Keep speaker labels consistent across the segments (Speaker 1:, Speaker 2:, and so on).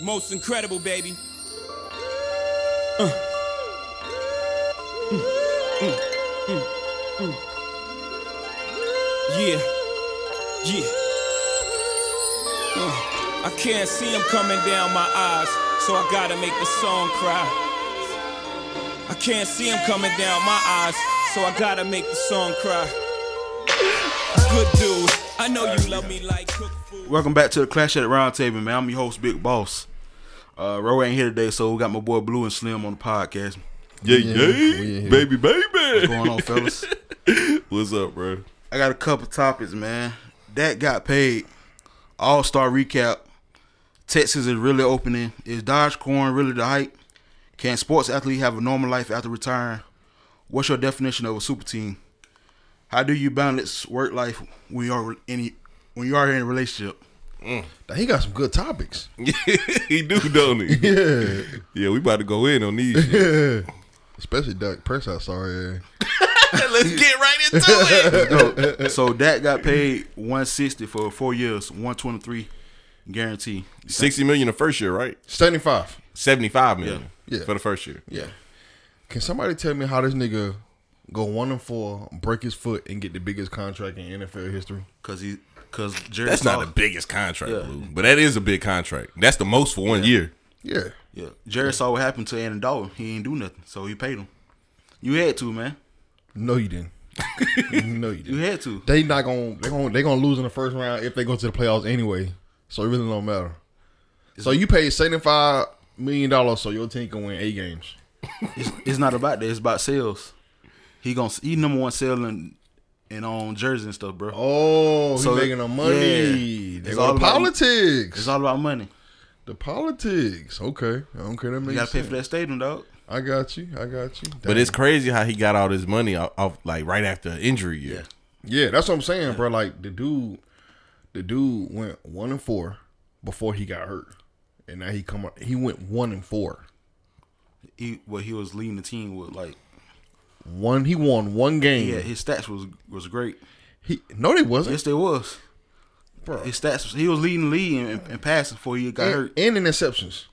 Speaker 1: Most incredible, baby. Yeah. Yeah. Uh, I can't see him coming down my eyes, so I gotta make the song cry. I can't see him coming down my eyes, so I gotta make the song cry. Good dude, I know you love me like cook food.
Speaker 2: Welcome back to the Clash at the Round Table, man. I'm your host, Big Boss. Uh, Ro ain't here today, so we got my boy Blue and Slim on the podcast.
Speaker 3: Yeah,
Speaker 4: Yeah, we in
Speaker 3: yeah,
Speaker 4: here.
Speaker 3: baby, baby.
Speaker 2: Going on, fellas.
Speaker 3: What's up, bro?
Speaker 2: I got a couple topics, man. That got paid. All star recap. Texas is really opening. Is Dodge Corn really the hype? Can sports athlete have a normal life after retiring? What's your definition of a super team? How do you balance work life when you are in when you are in a relationship?
Speaker 4: He got some good topics.
Speaker 3: he do, don't he?
Speaker 4: Yeah.
Speaker 3: Yeah, we about to go in on these. shit.
Speaker 4: Yeah. Especially Doug Prescott, sorry.
Speaker 3: Let's get right into it.
Speaker 2: No, so that got paid one sixty for four years, one twenty three guarantee.
Speaker 3: Sixty million the first year, right?
Speaker 4: Standing five.
Speaker 3: Seventy-five million
Speaker 4: Yeah. Yeah.
Speaker 3: for the first year.
Speaker 4: Yeah. Can somebody tell me how this nigga go one and four, break his foot, and get the biggest contract in NFL history?
Speaker 2: Cause he cause Jerry
Speaker 3: That's
Speaker 2: Slough,
Speaker 3: not the biggest contract, Blue, but that is a big contract. That's the most for one year.
Speaker 4: Yeah.
Speaker 2: Yeah, Jerry saw what happened to Amendola. He ain't do nothing, so he paid him. You had to, man.
Speaker 4: No, you didn't. no, you
Speaker 2: You
Speaker 4: didn't.
Speaker 2: had to.
Speaker 4: They not gonna they gonna they gonna lose in the first round if they go to the playoffs anyway. So it really don't matter. So you paid seventy five million dollars so your team can win eight games.
Speaker 2: It's, it's not about that. It's about sales. He gon' he number one selling and on um, jerseys and stuff, bro.
Speaker 4: Oh,
Speaker 2: So,
Speaker 4: he's making them money.
Speaker 2: yeah.
Speaker 4: They
Speaker 2: It's
Speaker 4: go
Speaker 2: all
Speaker 4: to
Speaker 2: about-
Speaker 4: politics.
Speaker 2: It's all about money.
Speaker 4: the politics. Okay. Okay, that makes
Speaker 2: You gotta pay
Speaker 4: sense.
Speaker 2: for that stadium, dog.
Speaker 4: I got you. I got you.
Speaker 3: But it's crazy how he got all this money off, off like right after an injury year.
Speaker 4: Yeah, that's what I'm saying, bro. Like the dude, the dude went one and four before he got hurt, and now he come up. He went one and four.
Speaker 2: He what he was leading the team with like
Speaker 4: One, he won one game.
Speaker 2: yeah, his stats was was great.
Speaker 4: He no, they wasn't,
Speaker 2: Yes, they was.
Speaker 4: bro.
Speaker 2: His stats was- he was leading the league and, and passing before he got
Speaker 4: And,
Speaker 2: hurt.
Speaker 4: and in interceptions,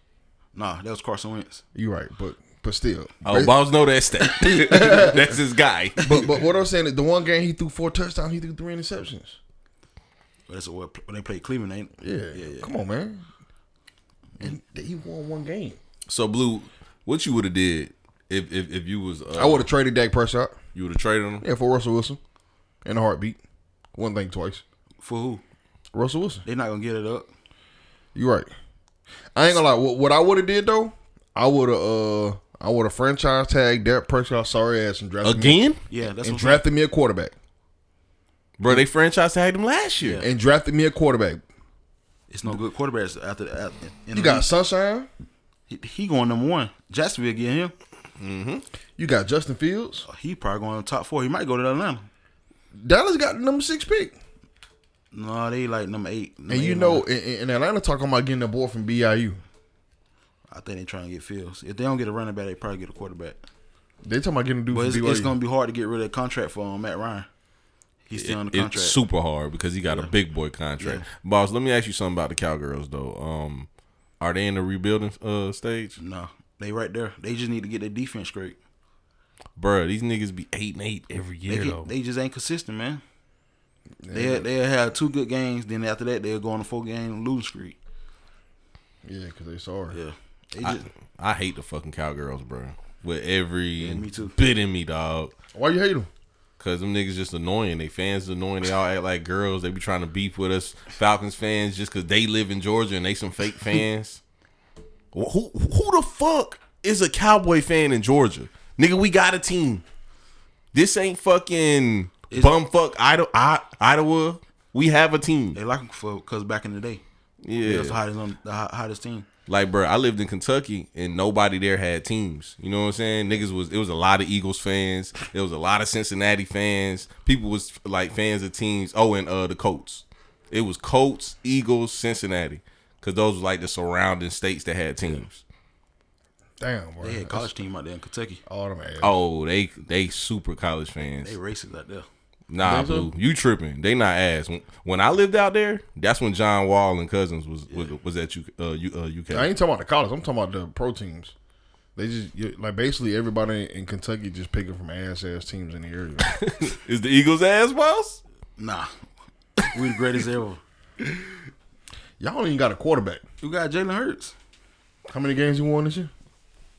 Speaker 2: Nah, that was Carson Wentz.
Speaker 4: you're right, but but still,
Speaker 3: Oh, balls know that stat. That's his guy.
Speaker 4: but but what I'm saying is the one game he threw four touchdowns, he threw three interceptions.
Speaker 2: That's what when they played Cleveland, ain't it?
Speaker 4: Yeah, come on, man. And he won one game.
Speaker 3: So blue, what you would have did if, if if you was uh,
Speaker 4: I would have traded Dak Prescott,
Speaker 3: you would have traded him?
Speaker 4: yeah, for Russell Wilson, in a heartbeat. One thing twice,
Speaker 2: For who?
Speaker 4: Russell Wilson.
Speaker 2: They not gonna get it up.
Speaker 4: You're right. I ain't gonna lie. What, what I would have did though, I would have uh, I would have franchise tagged Dak Prescott sorry ass and drafted me,
Speaker 3: Again,
Speaker 2: Yeah, that's
Speaker 4: and
Speaker 2: what
Speaker 4: drafted me a quarterback
Speaker 3: bro, they franchise tagged him last year.
Speaker 4: and drafted me a quarterback.
Speaker 2: It's no good quarterbacks after that.
Speaker 4: You got
Speaker 2: Mm-hmm.
Speaker 4: Sunshine.
Speaker 2: he, he going number one. Jacksonville get him.
Speaker 4: You got Justin Fields.
Speaker 2: He probably going to top four. He might go to Atlanta.
Speaker 4: Dallas got the number six pick.
Speaker 2: No, they like number eight. Number
Speaker 4: And you
Speaker 2: eight,
Speaker 4: know,
Speaker 2: number-
Speaker 4: in, in- in Atlanta talking about getting the boy from BIU.
Speaker 2: I think they trying to get Fields. If they don't get a running back, they probably get a quarterback.
Speaker 4: They talking about getting a dude
Speaker 2: But it's,
Speaker 4: from
Speaker 2: it's
Speaker 4: BYU.
Speaker 2: going to be hard to get rid of the contract for um, Matt Ryan. He's still on the
Speaker 3: It-
Speaker 2: contract.
Speaker 3: It's super hard because he got a big boy contract. Boss, let me ask you something about the Cowgirls though. Um, are they in the rebuilding uh stage,
Speaker 2: no, they right there. They just need to get their defense straight.
Speaker 3: Bruh, These niggas be eight and eight every
Speaker 2: They,
Speaker 3: year
Speaker 2: get-
Speaker 3: though.
Speaker 2: they just ain't consistent, man. They they have two good games. Then after that, they'll go on a four game losing streak.
Speaker 4: yeah, because they sorry.
Speaker 2: Yeah, they
Speaker 3: I,
Speaker 2: just,
Speaker 3: I hate the fucking Cowgirls, bruh. With every
Speaker 2: me too.
Speaker 3: bit in me, dog.
Speaker 4: Why you hate him?
Speaker 3: Cause them niggas just annoying. They fans annoying. They all act like girls. They be trying to beef with us Falcons fans just cause they live in Georgia and they some fake fans. who who the fuck is a Cowboy fan in Georgia? Nigga, we got a team. This ain't fucking bumfuck Idaho, I, Iowa. We have a team.
Speaker 2: they like him for because back in the day, they
Speaker 3: Yeah.
Speaker 2: was the hottest on the hot- hottest team.
Speaker 3: Like, bro, I lived in Kentucky and nobody there had teams. You know what I'm saying? Niggas was it was a lot of Eagles fans. There was a lot of Cincinnati fans. People was like fans of teams. Oh, and uh the Colts. It was Colts, Eagles, Cincinnati, because those was like the surrounding states that had teams.
Speaker 4: Damn, bro.
Speaker 2: They had a college team out there in Kentucky.
Speaker 4: All them ass.
Speaker 3: Oh, they they super college fans.
Speaker 2: They racist out there.
Speaker 3: Nah,
Speaker 4: Think so?
Speaker 3: blue. You tripping? They not ass. When, when I lived out there, that's when John Wall and Cousins was was, was at U, uh, U, uh, UK.
Speaker 4: I ain't talking about the college. I'm talking about the pro teams. They just you- like basically everybody in Kentucky just picking from ass ass teams in the area.
Speaker 3: Is the Eagles ass boss?
Speaker 2: Nah, we the greatest ever.
Speaker 4: Y'all don't even got a quarterback.
Speaker 2: You got Jalen Hurts.
Speaker 4: How many games you won this year?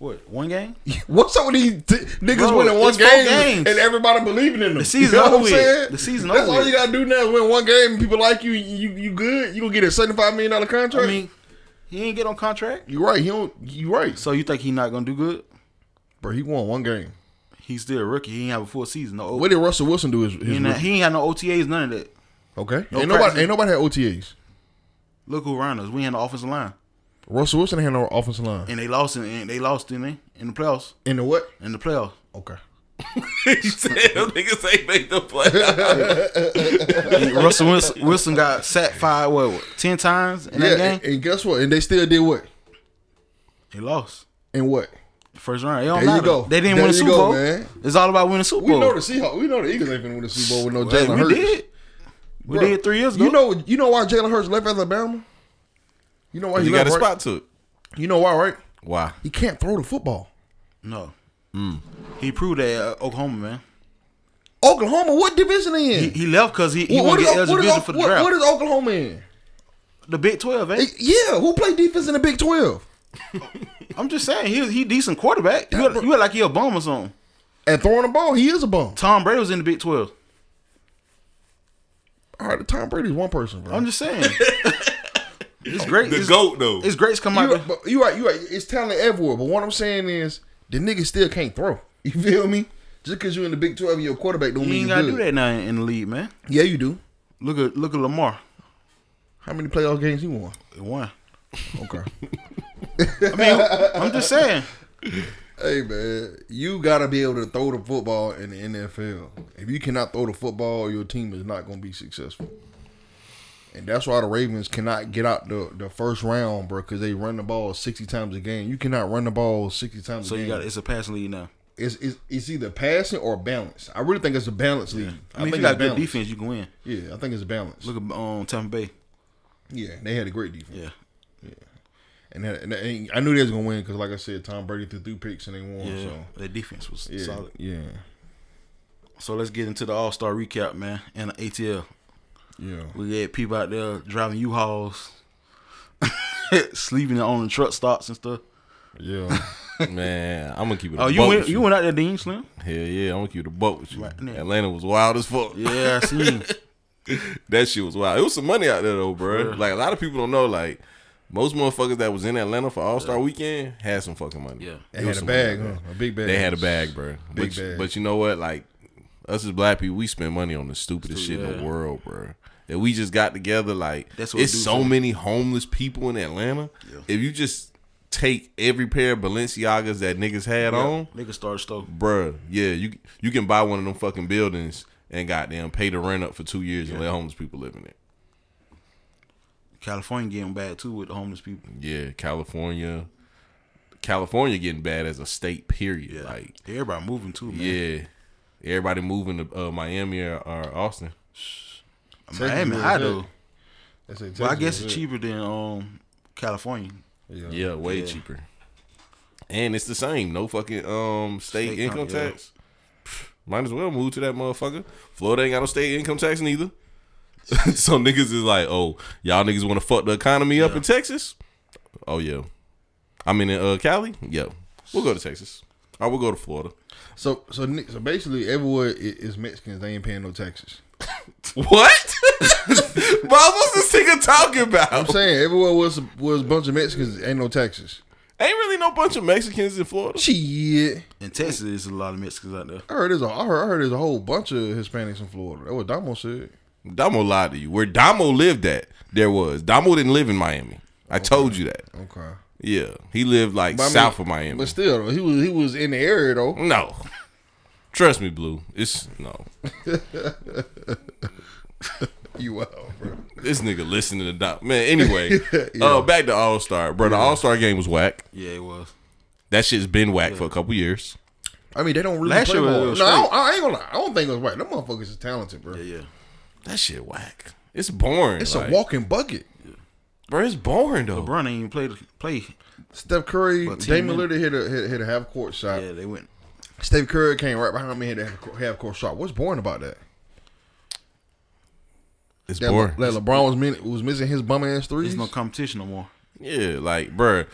Speaker 2: What one game?
Speaker 4: What's up with these t- niggas
Speaker 2: Bro,
Speaker 4: winning one
Speaker 2: it's four
Speaker 4: game
Speaker 2: games.
Speaker 4: and everybody believing in them? The
Speaker 2: season
Speaker 4: you know
Speaker 2: over
Speaker 4: what I'm
Speaker 2: with.
Speaker 4: saying?
Speaker 2: The season
Speaker 4: That's
Speaker 2: over
Speaker 4: all
Speaker 2: with.
Speaker 4: you gotta do now is win one game and people like you. You you good? You gonna get a seventy five million dollar contract?
Speaker 2: I mean, he ain't get on contract.
Speaker 4: you right. He don't. You right.
Speaker 2: So you think he not gonna do good?
Speaker 4: Bro, he won one game.
Speaker 2: He's still a rookie. He ain't have a full season. No,
Speaker 4: What did Russell Wilson do? His, his
Speaker 2: he, ain't,
Speaker 4: rookie-
Speaker 2: he ain't had no OTAs. None of that.
Speaker 4: okay.
Speaker 2: no practice.
Speaker 4: ain't nobody. Ain't nobody had OTAs.
Speaker 2: Look who around us. We had the offensive line,
Speaker 4: Russell Wilson had no offensive line.
Speaker 2: and they lost. in- And they lost, didn't they? In the playoffs.
Speaker 4: In the what?
Speaker 2: In the playoffs.
Speaker 4: Okay.
Speaker 3: he said them niggas ain't make the play.
Speaker 2: And Russell Wilson, Wilson got sacked five, what, what, ten times in
Speaker 4: Yeah,
Speaker 2: that game.
Speaker 4: and, and guess what? And they still did what?
Speaker 2: they lost
Speaker 4: And what?
Speaker 2: first round. It don't
Speaker 4: There you
Speaker 2: matter.
Speaker 4: go.
Speaker 2: They didn't
Speaker 4: There
Speaker 2: win the
Speaker 4: you
Speaker 2: Super
Speaker 4: go,
Speaker 2: Bowl.
Speaker 4: man.
Speaker 2: It's all about winning the Super
Speaker 4: We
Speaker 2: Bowl.
Speaker 4: know the Seahawks. We know the Eagles ain't finna win the Super Bowl with no
Speaker 2: Hey,
Speaker 4: Jalen
Speaker 2: we
Speaker 4: Hurts.
Speaker 2: did. We
Speaker 4: Bro,
Speaker 2: did three years ago.
Speaker 4: You know, you know why Jalen Hurts left Alabama? You know why he
Speaker 3: Oh, you got
Speaker 4: left,
Speaker 3: a
Speaker 4: right?
Speaker 3: spot to it.
Speaker 4: You know why, right?
Speaker 3: Why?
Speaker 4: He can't throw the football.
Speaker 2: no. Mm. He proved that at uh, Oklahoma, man.
Speaker 4: Oklahoma, what division they in?
Speaker 2: He, he left because he, he
Speaker 4: What- what
Speaker 2: won't
Speaker 4: is
Speaker 2: get
Speaker 4: O- what
Speaker 2: eligibility
Speaker 4: is O-
Speaker 2: for the
Speaker 4: what-
Speaker 2: draft.
Speaker 4: what is Oklahoma in?
Speaker 2: the Big Twelve, eh?
Speaker 4: Eh, Yeah, who played defense in the Big Twelve
Speaker 2: I'm just saying he he decent quarterback. You look- you look like he a bum or something.
Speaker 4: and throwing the ball? He is a bum.
Speaker 2: Tom Brady was in the Big Twelve.
Speaker 4: All right, Tom Brady's one person, bro.
Speaker 2: I'm just saying. it's great.
Speaker 3: The
Speaker 2: it's,
Speaker 3: goat though.
Speaker 2: It's greats come out.
Speaker 4: you,
Speaker 2: there.
Speaker 4: but you right, you right. It's talent everywhere. But what I'm saying is, the nigga still can't throw. You feel me? Just because you're in the Big 12 and you're a quarterback don't
Speaker 2: You
Speaker 4: mean
Speaker 2: ain't
Speaker 4: you
Speaker 2: gotta
Speaker 4: good.
Speaker 2: do that now in the league, man.
Speaker 4: Yeah, you do.
Speaker 2: Look at look at Lamar.
Speaker 4: How many playoff games he won?
Speaker 2: He won.
Speaker 4: Okay.
Speaker 2: I mean, I'm just saying.
Speaker 4: hey man, you gotta be able to throw the football in the NFL. If you cannot throw the football, your team is not gonna be successful. And that's why the Ravens cannot get out the, the first round, bro, because they run the ball sixty times a game. You cannot run the ball sixty times
Speaker 2: So
Speaker 4: a
Speaker 2: you
Speaker 4: game.
Speaker 2: got it's a passing league now.
Speaker 4: it's, it's it's either passing or balance. I really think it's a balance league.
Speaker 2: I mean, if you
Speaker 4: think it's
Speaker 2: got good
Speaker 4: balance.
Speaker 2: defense, you can win.
Speaker 4: Yeah, I think it's a balance.
Speaker 2: Look at um, Tampa Bay.
Speaker 4: yeah, they had a great defense.
Speaker 2: Yeah.
Speaker 4: And, that, and, that- and I knew they was gonna win because, like I said, Tom Brady threw three picks and they won.
Speaker 2: Yeah,
Speaker 4: So
Speaker 2: their defense was
Speaker 4: yeah,
Speaker 2: solid.
Speaker 4: yeah,
Speaker 2: So let's get into the All Star recap, man, and the ATL.
Speaker 4: yeah.
Speaker 2: We had people out there driving U-Hauls, sleeping on the truck stops and stuff.
Speaker 4: Yeah.
Speaker 3: Man, I'm gonna keep it.
Speaker 2: Oh,
Speaker 3: a
Speaker 2: you
Speaker 3: buck
Speaker 2: went
Speaker 3: with
Speaker 2: you went out there, Dean Slim?
Speaker 3: Hell yeah, I'm gonna keep the boat with you.
Speaker 2: Right now.
Speaker 3: Atlanta was wild as fuck.
Speaker 2: Yeah, I seen.
Speaker 3: That shit was wild. It was some money out there though, bro. Like a lot of people don't know. Like most motherfuckers that was in Atlanta for All Star Weekend had some fucking money.
Speaker 2: Yeah.
Speaker 4: They
Speaker 3: It was
Speaker 4: had a
Speaker 3: some
Speaker 4: bag,
Speaker 3: money out
Speaker 4: huh? A big bag.
Speaker 3: there. They had a bag, bro.
Speaker 4: Big
Speaker 3: but,
Speaker 4: bag.
Speaker 3: but you know what? Like us as black people, we spend money on the stupidest shit in
Speaker 2: yeah.
Speaker 3: the world, bro. That we just got together. Like
Speaker 2: That's
Speaker 3: That's
Speaker 2: what
Speaker 3: it's
Speaker 2: it do
Speaker 3: so
Speaker 2: for me.
Speaker 3: many homeless people in Atlanta. If you just take every pair of Balenciagas that niggas had on.
Speaker 2: Nigga started stove.
Speaker 3: bruh, yeah, you you can buy one of them fucking buildings and goddamn pay the rent up for two years and let homeless people live in it.
Speaker 2: California getting bad too with the homeless people.
Speaker 3: Yeah, California, California getting bad as a state. Period. Like,
Speaker 2: Everybody moving too, man.
Speaker 3: yeah, everybody moving to uh, Miami or, or Austin.
Speaker 2: Miami,
Speaker 4: Texas
Speaker 2: I
Speaker 4: is
Speaker 2: do.
Speaker 4: it. They say
Speaker 2: But I
Speaker 4: Texas
Speaker 2: guess
Speaker 4: is
Speaker 2: it's
Speaker 4: it.
Speaker 2: cheaper than um California.
Speaker 4: Yeah.
Speaker 3: Yeah, way
Speaker 2: Yeah.
Speaker 3: cheaper. And it's the same. No fucking um state,
Speaker 2: State
Speaker 3: income
Speaker 2: com- yeah.
Speaker 3: tax. Pfft, Might as well move to that motherfucker. Florida ain't got no state income tax neither. so niggas is like, oh, y'all niggas want to fuck the economy up in Texas? Oh yeah. I mean in uh, Cali? Yeah. We'll go to Texas. Or we'll go to Florida.
Speaker 4: So so ni- so basically, everywhere i- is Mexicans. They ain't paying no taxes.
Speaker 3: What? Bob, what's this nigga talking
Speaker 4: I'm
Speaker 3: about?
Speaker 4: saying everywhere was was a bunch of Mexicans. Ain't no taxes.
Speaker 3: Ain't really no bunch of Mexicans in Florida.
Speaker 4: Shit.
Speaker 2: In Texas, there's a lot of Mexicans out there.
Speaker 4: I heard there's a I heard, I heard there's a whole bunch of Hispanics in Florida. That's what Damo said.
Speaker 3: Damo lied to you. Where Damo lived at, there was. Damo didn't live in Miami. I told you that.
Speaker 4: Okay.
Speaker 3: Yeah. He lived like
Speaker 4: But I mean-
Speaker 3: south of Miami.
Speaker 4: But still, though, he was he was in the area though.
Speaker 3: no. Trust me, Blue. It's no.
Speaker 4: You wow, bro.
Speaker 3: This nigga listening to Dom. Man, anyway. uh, back to All Star. Bro, the All Star game was whack.
Speaker 2: Yeah, it was.
Speaker 3: That shit's been whack for a couple years.
Speaker 4: I mean, they don't really
Speaker 2: Last
Speaker 4: play
Speaker 2: year it
Speaker 4: ball.
Speaker 2: was
Speaker 4: No, I,
Speaker 2: straight.
Speaker 4: don't, I ain't gonna lie. I don't think it was right. Them motherfuckers is talented, bro.
Speaker 2: Yeah, yeah.
Speaker 3: That shit whack. It's boring.
Speaker 4: It's
Speaker 3: like,
Speaker 4: a walking bucket.
Speaker 3: bro. It's boring though.
Speaker 2: LeBron Oh. ain't even played play.
Speaker 4: Steph Curry,
Speaker 2: But team
Speaker 4: Damian
Speaker 2: in-
Speaker 4: Lillard hit a hit, hit a half court shot.
Speaker 2: Yeah, they went.
Speaker 4: Steph Curry came right behind me and hit a half court- half court shot. What's boring about that?
Speaker 3: It's
Speaker 4: That,
Speaker 3: boring.
Speaker 4: Le- that LeBron was min- was missing his bum
Speaker 2: There's
Speaker 4: ass threes.
Speaker 2: no competition no more.
Speaker 3: Yeah, like, bruh,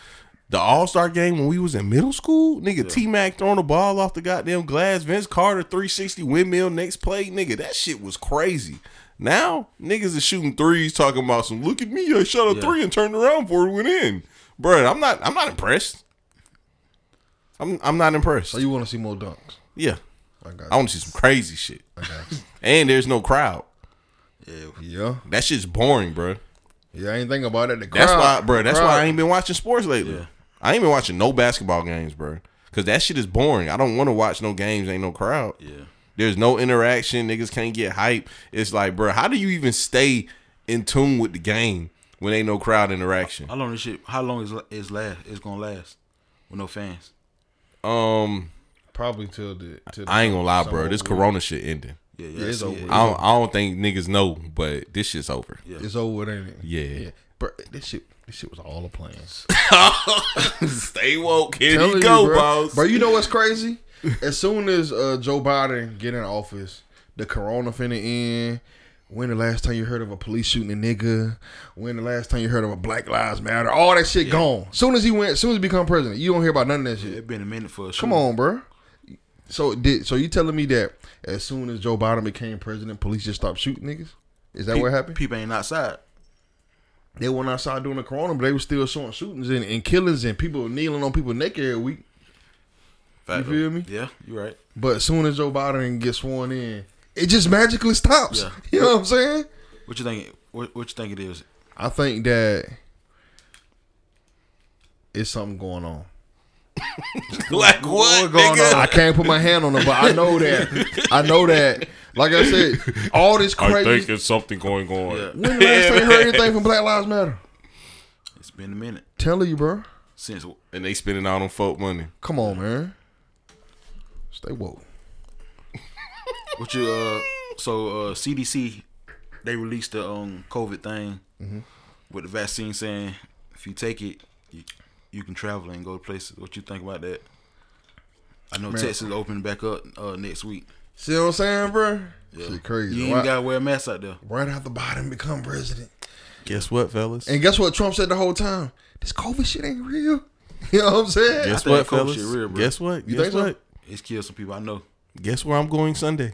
Speaker 3: the All Star game when we was in middle school, nigga, T Mac throwing the ball off the goddamn glass, Vince Carter 360 windmill next play, nigga, that shit was crazy. Now, niggas is shooting threes, talking about some, look at me, I shot a three and turned around for it went in. Bruh, I'm not, I'm not impressed. I'm, I'm not impressed.
Speaker 4: so Oh, you want to see more dunks?
Speaker 3: yeah,
Speaker 4: I got.
Speaker 3: I want to see some crazy shit.
Speaker 4: you. I got you.
Speaker 3: And there's no crowd.
Speaker 4: yeah,
Speaker 3: That shit's boring, bruh.
Speaker 4: yeah. I ain't think about it. The
Speaker 3: That's
Speaker 4: crowd-
Speaker 3: why, bro. That's
Speaker 4: crowd-
Speaker 3: why I ain't been watching sports lately. I ain't been watching no basketball games, bro. Cause that shit is boring. I don't want to watch no games. Ain't no crowd.
Speaker 2: Yeah.
Speaker 3: There's no interaction. Niggas can't get hype. It's like, bro, how do you even stay in tune with the game when ain't no crowd interaction?
Speaker 2: How long this shit? How long is is last? It's gonna last with no fans.
Speaker 3: Um,
Speaker 4: probably till the. Till the
Speaker 3: I ain't gonna lie, bro.
Speaker 4: summer
Speaker 3: This
Speaker 4: week.
Speaker 3: Corona shit ending.
Speaker 2: Yeah,
Speaker 4: Yeah, it's
Speaker 2: see
Speaker 4: over.
Speaker 2: it.
Speaker 3: I don't, I don't think niggas know, but this shit's over.
Speaker 4: It's over, ain't it?
Speaker 3: Yeah.
Speaker 4: Bro, this shit, this shit was all a plan.
Speaker 3: stay woke. Here
Speaker 4: Telling
Speaker 3: you go,
Speaker 4: bro.
Speaker 3: boss.
Speaker 4: Bro, you know what's crazy? as soon as uh, Joe Biden get in office, the corona finna end. When the last time you heard of a police shooting a nigga? When the last time you heard of a Black Lives Matter? All that shit gone. Soon as he went, soon as he become president, you don't hear about none of that shit.
Speaker 2: It been a minute for a
Speaker 4: Come
Speaker 2: shoot.
Speaker 4: on, bro. So did so you telling me that as soon as Joe Biden became president, police just stopped shooting niggas? Is that
Speaker 2: Pe-
Speaker 4: what happened?
Speaker 2: People ain't outside.
Speaker 4: They went outside doing the corona, but they were still showing shootings and, and killings and people kneeling on people neck every week. You feel me?
Speaker 2: Yeah, you right.
Speaker 4: But as soon as Joe Biden gets sworn in, it just magically stops.
Speaker 2: Yeah.
Speaker 4: You know what I'm saying?
Speaker 2: What you think? What, what you think it is?
Speaker 4: I think that it's something going on.
Speaker 3: like what,
Speaker 2: What going
Speaker 3: nigga?
Speaker 4: I can't put my hand on it, but I know that. I know that. Like I said, all this crazy.
Speaker 3: it's something going on.
Speaker 2: Yeah.
Speaker 4: When the last time you heard anything from Black Lives Matter?
Speaker 2: It's been a minute
Speaker 4: Telling you, bro.
Speaker 2: since.
Speaker 3: And they spending out on folk money.
Speaker 4: Come on, man. Stay woke.
Speaker 2: What you uh so uh CDC they released the um COVID thing
Speaker 3: Mm-hmm.
Speaker 2: with the vaccine saying if you take it you, you can travel and go to places. What you think about that? I know Texas opening back up uh next week.
Speaker 4: See what I'm saying, bro? Shit crazy.
Speaker 2: You ain't
Speaker 4: right,
Speaker 2: gotta wear a mask out there.
Speaker 4: right after Biden become president.
Speaker 3: Guess what, fellas?
Speaker 4: And guess what Trump said the whole time? This COVID shit ain't real. You know what I'm saying?
Speaker 3: Guess
Speaker 2: I think
Speaker 3: what,
Speaker 2: the coach
Speaker 3: fellas?
Speaker 2: shit real, bro.
Speaker 3: Guess what?
Speaker 4: You
Speaker 3: Guess
Speaker 4: think so?
Speaker 3: what?
Speaker 2: It's killed some people I know.
Speaker 3: Guess where I'm going Sunday?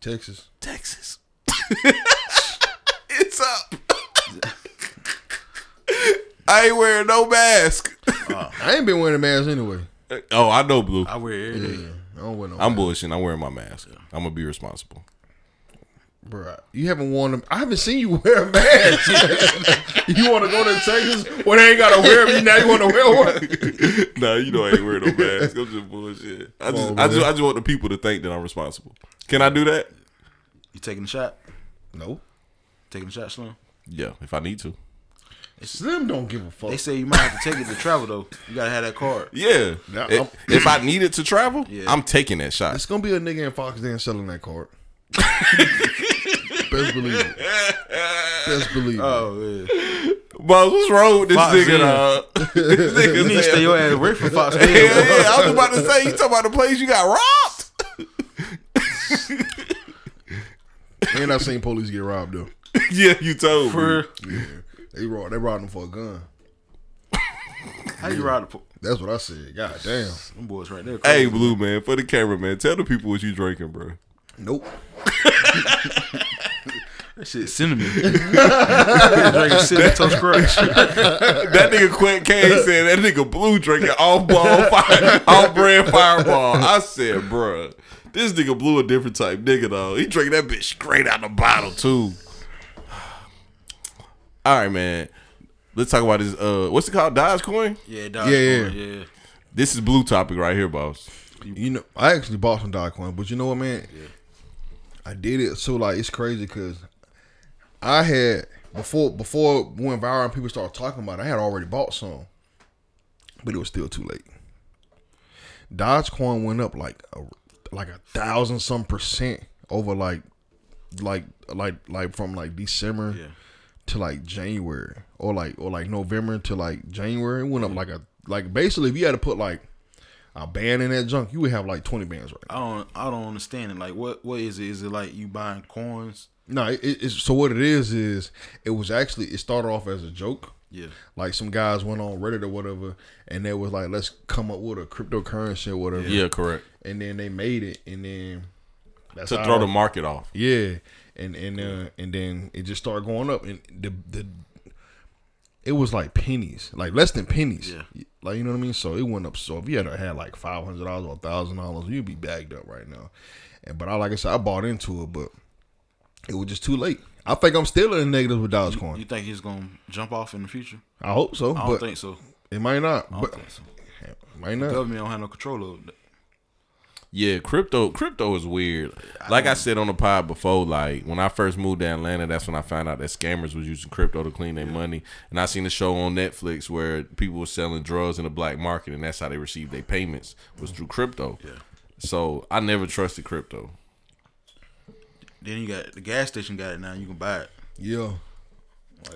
Speaker 4: Texas.
Speaker 3: Texas. it's up. I ain't wearing no mask.
Speaker 4: I ain't been wearing a mask anyway.
Speaker 3: oh, I know, Blue.
Speaker 2: I wear it every day.
Speaker 4: I don't wear no
Speaker 3: I'm
Speaker 4: mask.
Speaker 3: bullshitting. I'm wearing my mask. I'm gonna be responsible.
Speaker 4: Bruh, you haven't worn them. I haven't seen you wear a mask. you want to go to Texas where they ain't got to wear them? Now you want to wear one?
Speaker 3: nah, you know I ain't wearing no mask. I'm just bullshit. I just,
Speaker 4: on,
Speaker 3: I just,
Speaker 4: man.
Speaker 3: I just want the people to think that I'm responsible. Can I do that?
Speaker 2: You taking the shot?
Speaker 4: No.
Speaker 2: Taking the shot, Slim?
Speaker 3: Yeah, if I need to.
Speaker 4: Slim don't give a fuck.
Speaker 2: They say you might have to take it to travel though. You gotta have that card.
Speaker 3: Yeah.
Speaker 4: Nah, I'm-
Speaker 3: if, if I needed to travel,
Speaker 2: Yeah.
Speaker 3: I'm taking that shot.
Speaker 4: it's going to be a nigga in Fox then selling that card. Best believe it. Best believe it.
Speaker 2: Oh yeah.
Speaker 3: Boss, what's wrong with this
Speaker 2: Fox
Speaker 3: nigga?
Speaker 2: in.
Speaker 3: dog? this nigga
Speaker 2: You need to
Speaker 3: said-
Speaker 2: stay your ass away from Fox.
Speaker 3: Yeah, yeah, I was about to say, you talking about the place you got robbed?
Speaker 4: And I've seen police get robbed, though.
Speaker 3: yeah, you told me.
Speaker 2: For
Speaker 4: They robbed, they robbed them for a gun.
Speaker 2: how you ride the po-
Speaker 4: That's what I said. God damn.
Speaker 2: them boys right there?
Speaker 3: Hey, Blue Man, for the camera, man, tell the people what you drinking, bro.
Speaker 4: Nope.
Speaker 2: That shit cinnamon. Drinking cinnamon toast crunch.
Speaker 3: That nigga Quint Kane said that nigga Blue drinking off ball, fire, off brand fireball. I said, bruh, this nigga Blue a different type nigga, though. He drinking that bitch straight out the bottle, too. All right, man. Let's talk about this. Uh, what's it called? Dogecoin?
Speaker 2: Yeah, dog.
Speaker 4: Yeah, yeah.
Speaker 2: yeah.
Speaker 3: This is Blue topic right here, boss.
Speaker 4: You know, I actually bought some Dogecoin, but you know what, man? I did it so like it's crazy because I had before before it went viral and people started talking about it, I had already bought some, but it was still too late. Dogecoin went up like a, like a thousand some percent over like like like like from like December
Speaker 2: Yeah.
Speaker 4: to like January or like or like November to like January. It went up like a like basically if you had to put like a band in that junk, you would have like twenty bands right now.
Speaker 2: I don't I don't understand it. Like what what is it? Is it like you buying coins?
Speaker 4: No, it, it- it's, so what it is is it was actually it started off as a joke.
Speaker 2: Yeah.
Speaker 4: Like some guys went on Reddit or whatever, and they was like, "Let's come up with a cryptocurrency or whatever."
Speaker 3: Yeah, correct.
Speaker 4: And then they made it, and then that's
Speaker 3: To
Speaker 4: how-
Speaker 3: throw the market off.
Speaker 4: Yeah, and and uh, and then it just started going up, and the the it was like pennies, like less than pennies.
Speaker 2: Yeah.
Speaker 4: Like you know what I mean. So it went up. So if you had uh, had like five hundred dollars or thousand dollars, you'd be bagged up right now. And but I like I said, I bought into it, but it was just too late. I think I'm still in the negative with Dogecoin.
Speaker 2: You think he's gonna jump off in the future?
Speaker 4: I hope so,
Speaker 2: I
Speaker 4: but
Speaker 2: don't think so.
Speaker 4: it might not.
Speaker 2: I don't
Speaker 4: But
Speaker 2: think so.
Speaker 4: might not.
Speaker 2: Government don't have no control over that.
Speaker 3: Yeah, crypto crypto is weird. Like I, said on the pod before, like when I first moved to Atlanta, that's when I found out that scammers was using crypto to clean their money. And I seen a show on Netflix where people were selling drugs in the black market and that's how they received their payments was through crypto. Yeah. So I never trusted crypto.
Speaker 2: Then you got the gas station got it now. You can buy it.
Speaker 4: Yeah,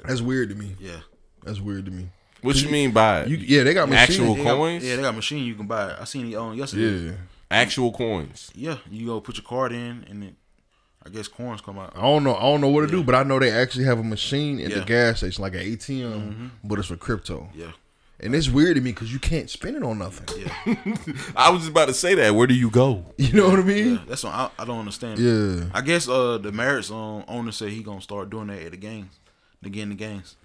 Speaker 4: that's weird to me.
Speaker 2: Yeah.
Speaker 4: That's weird to me.
Speaker 3: What you mean by it?
Speaker 4: You, yeah, they got machines.
Speaker 3: actual
Speaker 2: They got-
Speaker 3: coins?
Speaker 2: yeah, they got a machine you can buy it. I seen it on yesterday.
Speaker 4: Yeah.
Speaker 3: actual coins.
Speaker 2: Yeah. You go put your card in and then I guess coins come out.
Speaker 4: I don't know. I don't know what to do, but I know they actually have a machine at the
Speaker 2: Yeah. Mm-hmm.
Speaker 4: gas station, like an ATM, but it's for crypto.
Speaker 2: Yeah.
Speaker 4: And it's weird to me because you can't spend it on nothing.
Speaker 3: I was just about to say that. Where do you go?
Speaker 4: You know what I mean?
Speaker 2: Yeah, That's what I, I don't understand.
Speaker 4: Yeah.
Speaker 2: I guess uh the Merritt's um, owner said he gonna start doing that at the games. Again, the games.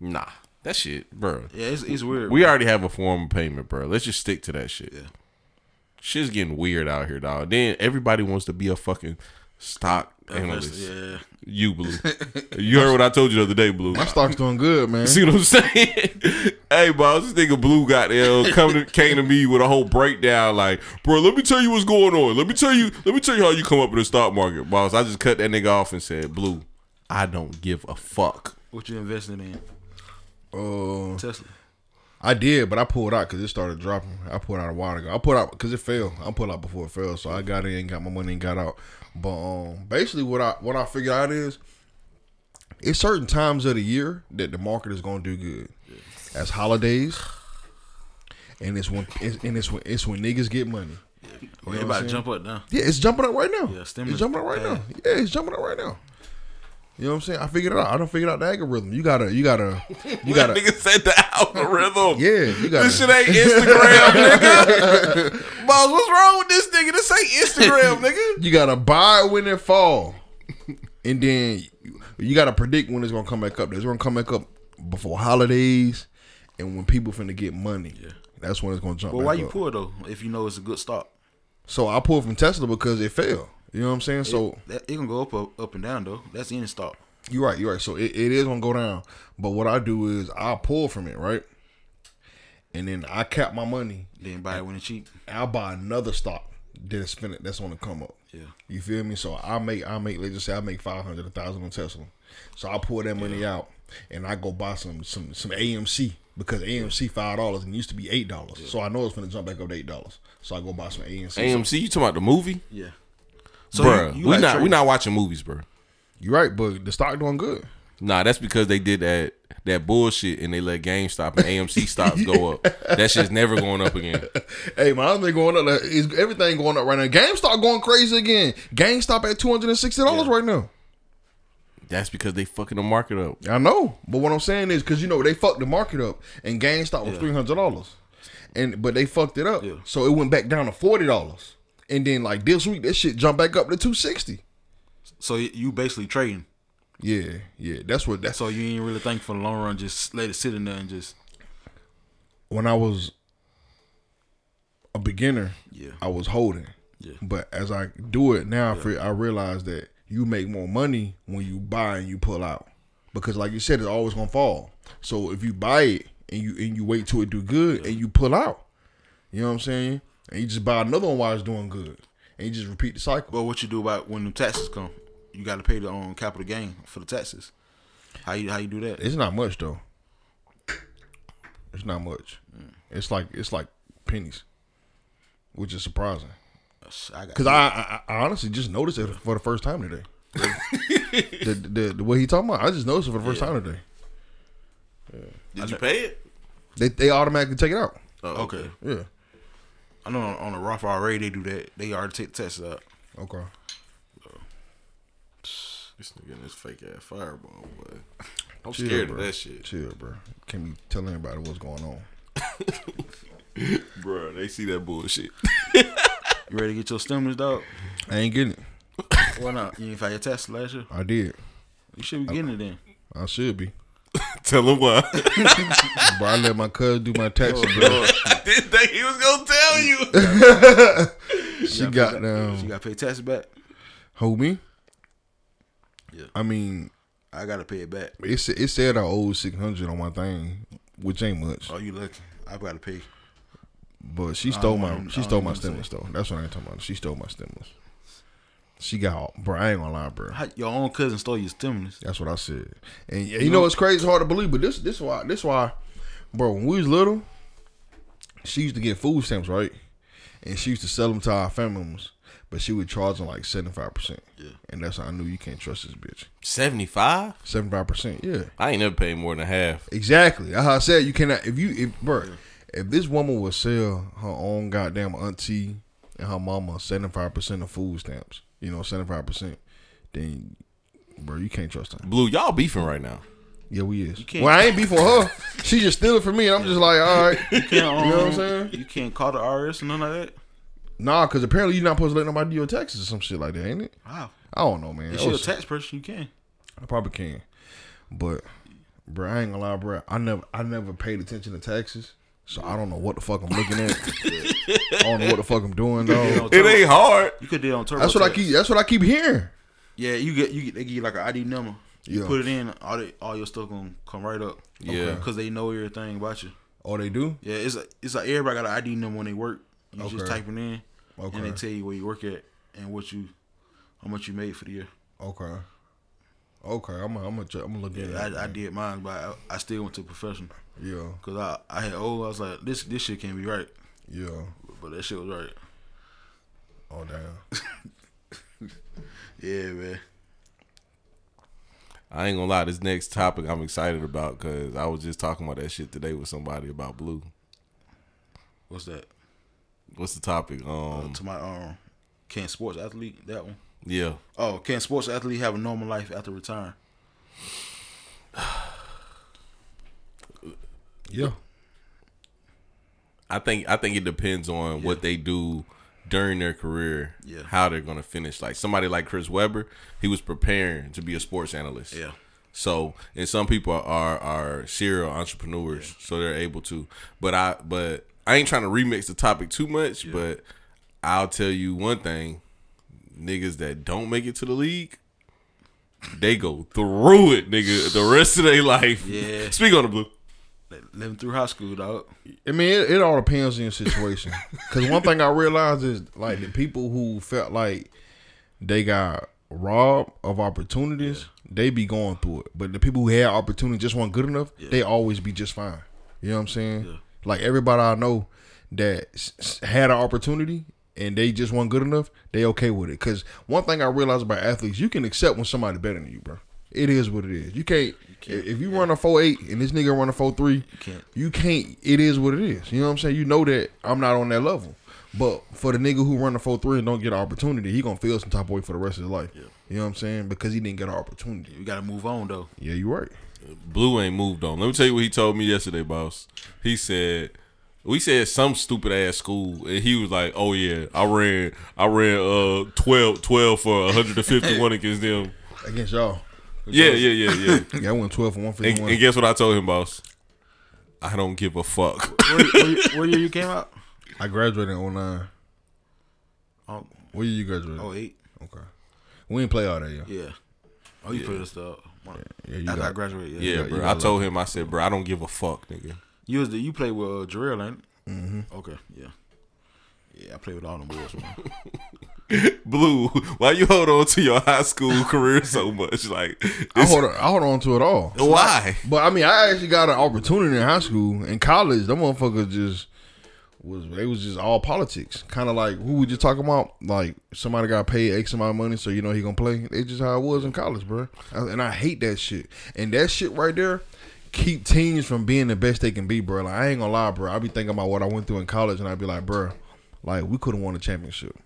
Speaker 3: Nah. That shit, bro.
Speaker 2: Yeah, it's, it's weird.
Speaker 3: We already have a form of payment, bro. Let's just stick to that shit. Shit's getting weird out here, dog. Then everybody wants to be a fucking stock analyst.
Speaker 2: Yeah.
Speaker 3: You, Blue. you heard what I told you the other day, Blue.
Speaker 4: My stock's doing good, man.
Speaker 3: See what I'm saying? hey, boss, this nigga Blue got there, come to, came to me with a whole breakdown, like, bro, let me tell you what's going on. Let me tell you, let me tell you how you come up in the stock market, boss. I just cut that nigga off and said, Blue, I don't give a fuck.
Speaker 2: What you investing in?
Speaker 4: Uh,
Speaker 2: Tesla.
Speaker 4: I did, but I pulled out because it started dropping. I pulled out a while ago. I pulled out because it fell. I pulled out before it fell, so I got in, got my money, and got out. But um, basically, what I what I figured out is, it's certain times of the year that the market is gonna do good. That's holidays, and it's when it's, and it's when it's when niggas get money.
Speaker 2: Well,
Speaker 4: You know what I'm
Speaker 2: everybody
Speaker 4: saying?
Speaker 2: jump up now.
Speaker 4: Yeah, it's jumping up right now.
Speaker 2: Yeah,
Speaker 4: it's
Speaker 2: stimulus
Speaker 4: jumping up right now. Yeah, it's jumping up right now. You know what I'm saying? I figured it out. I don't figured out the algorithm. You gotta, you gotta, you
Speaker 3: That
Speaker 4: gotta.
Speaker 3: nigga said the algorithm.
Speaker 4: Yeah, you gotta.
Speaker 3: This shit ain't Instagram, nigga. Boss, what's wrong with this nigga? This ain't Instagram, nigga.
Speaker 4: You gotta buy when it fall, and then you- you gotta predict when it's gonna come back up. It's gonna come back up before holidays, and when people finna get money. Yeah, that's when it's gonna jump.
Speaker 2: But
Speaker 4: back
Speaker 2: why you
Speaker 4: up.
Speaker 2: poor though? If you know it's a good stock,
Speaker 4: So I pulled from Tesla because it fell. You know what I'm saying? So
Speaker 2: that it can go up, up up and down though. That's any stock.
Speaker 4: you're right. You're right. So it, it is gonna go down. But what I do is I pull from it, right? And then I cap my money.
Speaker 2: Then buy it when it's cheap.
Speaker 4: I'll buy another stock that's finna that's on the come up.
Speaker 2: Yeah.
Speaker 4: You feel me? So I make I make let's just say I make five hundred a thousand on Tesla. So I pull that money out and I go buy some some some AMC because AMC five dollars and used to be eight dollars. So I know it's gonna jump back up to eight dollars. So I go buy some AMC.
Speaker 3: AMC, you talking about the movie?
Speaker 2: Yeah.
Speaker 3: Bruh,
Speaker 2: So you- you
Speaker 3: we
Speaker 2: like
Speaker 3: not we
Speaker 2: trading.
Speaker 3: not watching movies, bro.
Speaker 4: You're right, but the stock doing good.
Speaker 3: Nah, that's because they did that that bullshit and they let GameStop and AMC stocks go up. That shit's never going up again.
Speaker 4: Hey man, I'm going up. Like, is everything going up right now? GameStop going crazy again. GameStop at two hundred and sixty dollars right now.
Speaker 3: That's because they fucking the market up.
Speaker 4: I know, but what I'm saying is because you know they fucked the market up, and GameStop was three hundred dollars, and but they fucked it up,
Speaker 2: Yeah.
Speaker 4: so it went back down to forty dollars, and then like this week that shit jumped back up to two sixty.
Speaker 2: So you- you basically trading.
Speaker 4: Yeah, yeah, that's what that's
Speaker 2: So you ain't really think for the long run. Just let it sit in there and just
Speaker 4: when I was a beginner.
Speaker 2: Yeah.
Speaker 4: I was holding,
Speaker 2: Yeah.
Speaker 4: but as I do it now, I fre- I realize that you make more money when you buy and you pull out, because like you said, it's always gonna fall. So if you buy it and you and you wait till it do good and you pull out, you know what I'm saying, and you just buy another one while it's doing good, and you just repeat the cycle.
Speaker 2: But what you do about when the taxes come? You got to pay the um, capital gain for the taxes. How you how you do that?
Speaker 4: It's not
Speaker 2: Mm.
Speaker 4: much though. It's not much. It's like it's like pennies. which is surprising.
Speaker 2: I got
Speaker 4: Cause I, I, I honestly just noticed it for the first time today. the, the, the what he talking about, I just noticed it for the first time today.
Speaker 3: Did you pay it?
Speaker 4: They they automatically take it out.
Speaker 3: Oh,
Speaker 2: okay.
Speaker 4: Yeah.
Speaker 2: I know on, on the Roth IRA they do that. They already take the taxes out.
Speaker 4: Okay.
Speaker 3: This nigga in this fake ass fireball, boy. I'm
Speaker 4: Chill,
Speaker 3: scared
Speaker 4: bro.
Speaker 3: of that shit.
Speaker 4: Chill, bro. Can we tell anybody what's going on?
Speaker 3: Bro, they see that bullshit.
Speaker 2: You ready to get your stimulus, dog?
Speaker 4: I ain't getting it.
Speaker 2: Why not? You ain't find your taxes last year.
Speaker 4: I did.
Speaker 2: You should be getting it then.
Speaker 4: I should be.
Speaker 3: Tell him why.
Speaker 4: But I let my cousin do my taxes, bro.
Speaker 2: Lord,
Speaker 3: I didn't think he was gonna tell you.
Speaker 4: She got
Speaker 2: you
Speaker 4: down.
Speaker 2: gotta pay taxes back.
Speaker 4: Hold me.
Speaker 2: Yeah.
Speaker 4: I mean,
Speaker 2: I gotta pay it back.
Speaker 4: it sa- it said I owed six hundred on my thing, which ain't much.
Speaker 2: Oh, you lucky. I gotta pay.
Speaker 4: But she stole
Speaker 2: don't
Speaker 4: my
Speaker 2: even-
Speaker 4: she
Speaker 2: I
Speaker 4: stole
Speaker 2: don't
Speaker 4: my
Speaker 2: even
Speaker 4: stimulus though. That's what I ain't talking about. She stole my stimulus. She got all, bro. I ain't gonna lie, bro.
Speaker 2: How, your own cousin stole your stimulus.
Speaker 4: That's what I said. And you, know it's crazy, it's hard to believe, but this this why this why, bro. When we was little, she used to get food stamps, right? And she used to sell them to our family members, but she would charge them like seventy five percent. Yeah. And that's how I knew you can't trust this bitch.
Speaker 3: Seventy five?
Speaker 4: Seventy five percent. Yeah.
Speaker 3: I ain't never paid more than a half.
Speaker 4: Exactly. That's how I said you cannot if you if bro, if this woman would sell her own goddamn auntie and her mama seventy five percent of food stamps, you know, seventy five percent, then bro, you can't trust her.
Speaker 3: Blue, y'all beefing right now.
Speaker 4: Yeah, we is.
Speaker 2: can't-
Speaker 4: Well, I ain't beefing her. She just stealing from me, and I'm just like, all right,
Speaker 2: You, can't,
Speaker 4: You know what I'm
Speaker 2: um,
Speaker 4: saying?
Speaker 2: You can't call the IRS or none of that.
Speaker 4: nah, because apparently you're not supposed to let nobody do your taxes or some shit like that, ain't it?
Speaker 2: Wow.
Speaker 4: I don't know, man.
Speaker 2: If
Speaker 4: That
Speaker 2: you're a
Speaker 4: was-
Speaker 2: tax person, you can.
Speaker 4: I probably can, but bro, I ain't gonna lie, bro. I never, I never paid attention to taxes, so I don't know what the fuck I'm looking at. I don't know what the fuck I'm doing,
Speaker 2: You
Speaker 4: though.
Speaker 2: know, Turbo-
Speaker 3: hard.
Speaker 2: You could do it on turbo.
Speaker 4: That's what I keep. That's what I keep hearing.
Speaker 2: Yeah, you get you get they give you like an ID number. You
Speaker 4: Yeah.
Speaker 2: put it in, all the, all your stuff gonna come right up.
Speaker 3: Yeah.
Speaker 2: because they know everything about you.
Speaker 4: Oh, they do.
Speaker 2: Yeah, it's like, it's like everybody got an ID number when they work. You just
Speaker 4: Okay.
Speaker 2: type it in, and
Speaker 4: Okay.
Speaker 2: they tell you where you work at and what you, how much you made for the year.
Speaker 4: okay. Okay. I'm. i I'm. i am I'm gonna look at it.
Speaker 2: I, I did mine, but I, I still went to professional
Speaker 4: yeah.
Speaker 2: because I I had old. I was like, this this shit can't be right,
Speaker 4: Yeah.
Speaker 2: but that shit was right.
Speaker 4: Oh damn.
Speaker 2: Yeah, man.
Speaker 3: I ain't gonna lie, this next topic I'm excited about because I was just talking about that shit today with somebody about blue.
Speaker 2: What's that?
Speaker 3: What's the topic? Um
Speaker 2: To my um, can sports athlete that one?
Speaker 3: Yeah.
Speaker 2: Oh, can sports athlete have a normal life after retiring?
Speaker 4: Yeah.
Speaker 3: I think I think it depends on what they do during their career,
Speaker 2: Yeah.
Speaker 3: how they're gonna finish. Like somebody like Chris Webber, he was preparing to be a sports analyst.
Speaker 2: Yeah.
Speaker 3: So and some people are are serial entrepreneurs, so they're able to. But I but I ain't trying to remix the topic too much, but I'll tell you one thing: niggas that don't make it to the league, they go through it, nigga, the rest of their life.
Speaker 2: Yeah.
Speaker 3: Speak on the blue.
Speaker 2: Like, Living through high school, dog.
Speaker 4: I mean, it, it all depends on your situation. Because one thing I realized is like the people who felt like they got robbed of opportunities, they be going through it. But the people who had opportunity just weren't good enough, they always be just fine. You know what I'm saying? Like everybody I know that s- s- had an opportunity and they just weren't good enough, they okay with it. Because one thing I realized about athletes, you can accept when somebody better than you, bro. It is what it is. You can't, if- if you run a four eight and this nigga run a four three,
Speaker 2: can't.
Speaker 4: you can't. It is what it is. You know what I'm saying? You know that I'm not on that level. But for the nigga who run a four three and don't get an opportunity, he gonna feel some type of way for the rest of his life. You know what I'm saying? Because he didn't get an opportunity.
Speaker 2: We gotta move on though.
Speaker 4: Yeah, you right.
Speaker 3: Blue ain't moved on. Let me tell you what he told me yesterday, boss. He said we said some stupid ass school, and he was like, "Oh yeah, I ran, I ran uh 12, 12 for one hundred and fifty one against them."
Speaker 4: Against y'all.
Speaker 3: Yeah, yeah, yeah, yeah.
Speaker 4: Yeah, I went twelve for one fifty
Speaker 3: And,
Speaker 4: one.
Speaker 3: and guess what I told him, boss? I don't give a fuck.
Speaker 2: Where, where, where year you came out?
Speaker 4: I graduated in 09.
Speaker 2: Oh,
Speaker 4: What year you graduated?
Speaker 2: oh eight.
Speaker 4: Okay. We ain't play all that, yeah.
Speaker 2: Yeah. Oh, you put us up. One-
Speaker 4: Yeah, you
Speaker 2: After I
Speaker 4: got,
Speaker 2: graduated, yeah.
Speaker 3: Yeah,
Speaker 4: you
Speaker 3: bro.
Speaker 4: got
Speaker 3: I told him, I said, "Bro, I don't give a fuck, nigga."
Speaker 2: You was the, you played with uh, Jarrell, ain't it? Mm-hmm. Okay, yeah. Yeah, I played with all them boys. Man.
Speaker 3: Blue, why you hold on to your high school career so much? Like,
Speaker 4: I hold on, I hold on to it all.
Speaker 3: why?
Speaker 4: But I mean, I actually got an opportunity in high school. In college, them motherfuckers just was they was just all politics. Kind of like who we just talking about. Like somebody got paid X amount of money, so you know he gonna play. It's just how it was in college, bro. I- and I hate that shit. And that shit right there keep teams from being the best they can be, bro. Like I ain't gonna lie, bro. I be thinking about what I went through in college, and I'd be like, bro, like we could have won a championship.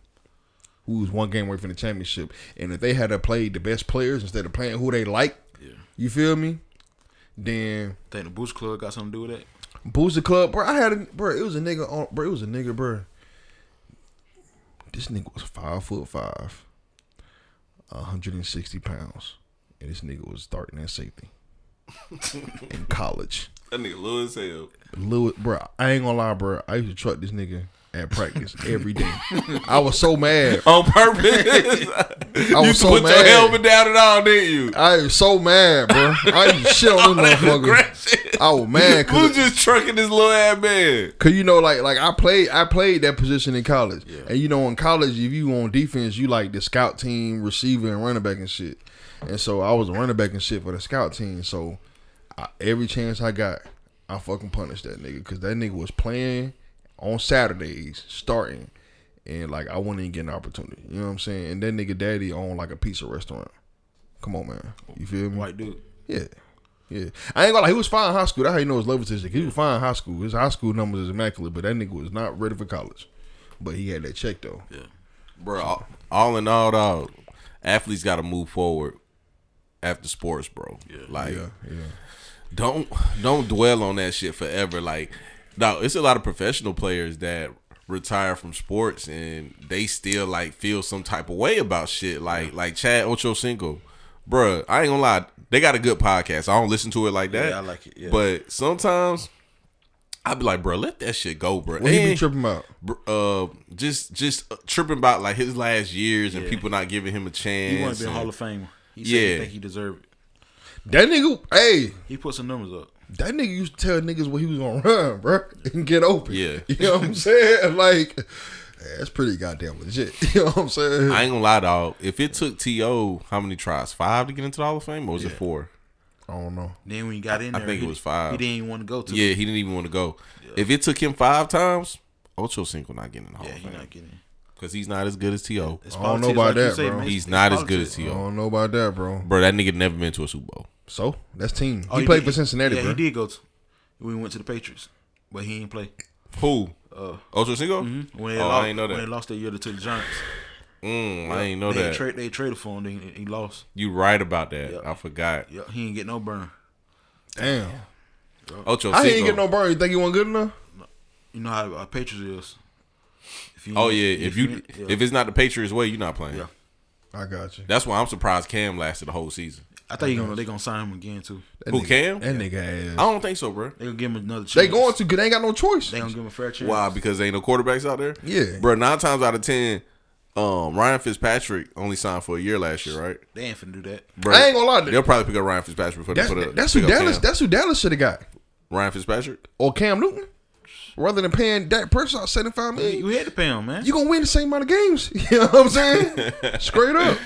Speaker 4: Who was one game away from the championship? And if they had to play the best players instead of playing who they like, you feel me? Then
Speaker 5: Think the Boost Club got something to do with that?
Speaker 4: Booster Club, bro. I had a bro. It was a nigga on, bro. It was a nigga, bro. This nigga was five foot five, hundred and sixty pounds, and this nigga was starting at safety in college.
Speaker 3: That nigga little as hell.
Speaker 4: Lewis, bro, I ain't gonna lie, bro. I used to truck this nigga at practice every day. I was so mad.
Speaker 3: On purpose.
Speaker 4: I
Speaker 3: you
Speaker 4: was
Speaker 3: used to
Speaker 4: so
Speaker 3: put your helmet
Speaker 4: mad.
Speaker 3: down and all, didn't you?
Speaker 4: I was so mad, bro. I used to shit on this motherfucker. I was mad
Speaker 3: Who
Speaker 4: because
Speaker 3: just trucking this little ass man?
Speaker 4: Cause you know, like like I played I played that position in college, and you know in college if you on defense you like the scout team, receiver, and running back and shit. And so I was a running back and shit for the scout team. So I, every chance I got, I fucking punished that nigga because that nigga was playing on Saturdays, starting, and like I wouldn't even get an opportunity. You know what I'm saying? And that nigga daddy owned like a pizza restaurant. Come on, man, you feel me?
Speaker 5: White dude.
Speaker 4: Yeah. Yeah. I ain't gonna lie, he was fine in high school. That's how you know his level statistic. He was fine in high school. His high school numbers is immaculate, but that nigga was not ready for college. But he had that check though.
Speaker 3: Bro, all, all in all, dog, athletes got to move forward after sports, bro. Like, don't don't dwell on that shit forever. Like, no, it's a lot of professional players that retire from sports and they still like feel some type of way about shit. Like like Chad Ochocinco, bruh. I ain't gonna lie, they got a good podcast. I don't listen to it like that.
Speaker 5: I like it, yeah.
Speaker 3: But sometimes. I'd be like, bro, let that shit go, bro.
Speaker 4: What he be
Speaker 3: And-
Speaker 4: tripping out?
Speaker 3: br- uh, just just uh, tripping about like his last years and people not giving him a chance.
Speaker 5: He wanted to be a
Speaker 3: and-
Speaker 5: Hall of Famer. He said
Speaker 3: Yeah.
Speaker 5: he think he deserved it.
Speaker 4: That nigga hey,
Speaker 5: He put some numbers up.
Speaker 4: that nigga used to tell niggas what he was gonna run, bro, and get open.
Speaker 3: Yeah.
Speaker 4: You know what I'm saying? Like that's pretty goddamn legit. You know what I'm saying?
Speaker 3: I ain't gonna lie, dog. If it took To, how many tries? Five to get into the Hall of Fame, or was it four?
Speaker 4: I don't know.
Speaker 5: Then when he got in
Speaker 3: I
Speaker 5: there,
Speaker 3: think it
Speaker 5: he-
Speaker 3: was five.
Speaker 5: He didn't even want to go to.
Speaker 3: Yeah, he didn't even want to go. If it took him five times, Ocho Cinco not getting in the Hall
Speaker 5: yeah,
Speaker 3: of
Speaker 5: he
Speaker 3: Fame
Speaker 5: not getting. in.
Speaker 3: because he's not as good as To.
Speaker 5: It's
Speaker 4: I don't know
Speaker 5: politics,
Speaker 4: about
Speaker 5: like you
Speaker 4: that,
Speaker 5: say,
Speaker 4: bro.
Speaker 5: man.
Speaker 3: He's
Speaker 5: It's
Speaker 3: not as
Speaker 5: politics. Uh-huh.
Speaker 3: good as
Speaker 4: I
Speaker 3: To.
Speaker 4: don't know about that, bro.
Speaker 3: Bro, that nigga never been to a Super Bowl.
Speaker 4: So that's team.
Speaker 5: Oh,
Speaker 4: he, played
Speaker 5: did.
Speaker 4: for Cincinnati,
Speaker 5: Yeah,
Speaker 4: bro.
Speaker 5: he did go to. We went to the Patriots, but he didn't play.
Speaker 3: Who?
Speaker 5: Uh.
Speaker 3: Ocho Cinco?
Speaker 5: When they
Speaker 3: Oh,
Speaker 5: lost,
Speaker 3: I ain't know
Speaker 5: When they
Speaker 3: that.
Speaker 5: lost that year to the Giants,
Speaker 3: Mm, I ain't know
Speaker 5: they
Speaker 3: that.
Speaker 5: Tra- they traded for him. They, he lost.
Speaker 3: you right about that. I forgot.
Speaker 5: Yeah, he didn't get no burn.
Speaker 4: Damn.
Speaker 3: Ocho Cinco.
Speaker 4: I didn't get no burn. You think he wasn't good enough?
Speaker 5: You know how our Patriots is. If you
Speaker 3: Oh yeah, if you
Speaker 5: yeah.
Speaker 3: if it's not the Patriots way, you're not playing.
Speaker 5: Yeah.
Speaker 4: I got you.
Speaker 3: That's why I'm surprised Cam lasted the whole season.
Speaker 5: I think you gonna they gonna sign him again too.
Speaker 4: That
Speaker 3: Who,
Speaker 4: nigga,
Speaker 3: Cam?
Speaker 4: That nigga ass.
Speaker 3: I don't think so, bro.
Speaker 5: They gonna give him another. Chance.
Speaker 4: They going to, 'cause they ain't got no choice.
Speaker 5: They gonna give him a fair chance.
Speaker 3: Why? Because there ain't no quarterbacks out there.
Speaker 4: Yeah.
Speaker 3: bro. Nine times out of ten, um, Ryan Fitzpatrick only signed for a year last year, right?
Speaker 5: They ain't finna do that.
Speaker 3: Bro,
Speaker 4: I ain't gonna lie.
Speaker 3: They'll probably pick up Ryan Fitzpatrick for the.
Speaker 4: That's,
Speaker 3: for the
Speaker 4: that's
Speaker 3: pick
Speaker 4: who
Speaker 3: up
Speaker 4: Dallas.
Speaker 3: Cam.
Speaker 4: That's who Dallas should have got,
Speaker 3: Ryan Fitzpatrick.
Speaker 4: or Cam Newton, rather than paying Dak Prescott seventy five million.
Speaker 5: You had to pay him, man.
Speaker 4: You gonna win the same amount of games. You know what I'm saying? Straight up.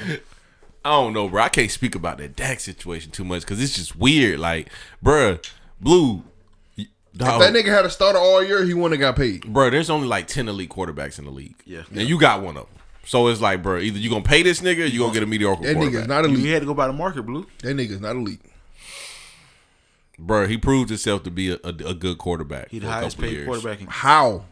Speaker 3: I don't know, bro. I can't speak about that Dak situation too much because it's just weird. Like, bro, Blue, y- dog,
Speaker 4: That nigga had a starter all year. He wouldn't have got paid.
Speaker 3: bro, there's only like 10 elite quarterbacks in the league.
Speaker 5: Yeah.
Speaker 3: And you got one of them. So it's like, bro, either you going to pay this nigga or you going to get a mediocre
Speaker 4: That
Speaker 3: quarterback.
Speaker 4: nigga's not
Speaker 5: You
Speaker 4: elite.
Speaker 5: had to go by the market, blue.
Speaker 4: That nigga's not elite.
Speaker 3: Bro, he proved himself to be a, a, a good quarterback.
Speaker 5: He the
Speaker 3: He for a
Speaker 5: highest
Speaker 3: couple
Speaker 5: paid
Speaker 3: years.
Speaker 5: quarterback. In-
Speaker 4: How,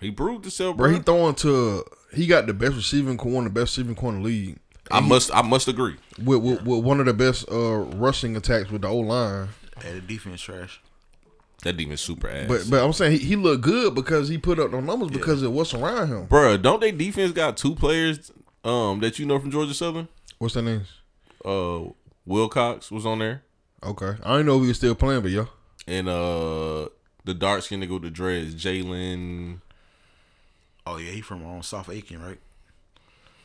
Speaker 3: He proved himself, bro.
Speaker 4: bro? He throwing to. He got the best receiving corner, the best receiving corner in the league.
Speaker 3: I must, I must agree.
Speaker 4: With, with, with one of the best uh, rushing attacks with the O line,
Speaker 5: Hey, the defense trash.
Speaker 3: That demon super ass.
Speaker 4: but but I'm saying he, he looked good because he put up the numbers because of what's around him.
Speaker 3: bro, don't they defense got two players um that you know from Georgia Southern?
Speaker 4: What's their names?
Speaker 3: Uh, Wilcox was on there,
Speaker 4: Okay, I didn't know we were still playing, but yeah.
Speaker 3: and uh, the dark skinned nigga with the dreads, Jalen.
Speaker 5: Oh yeah, he from on South Aiken, right?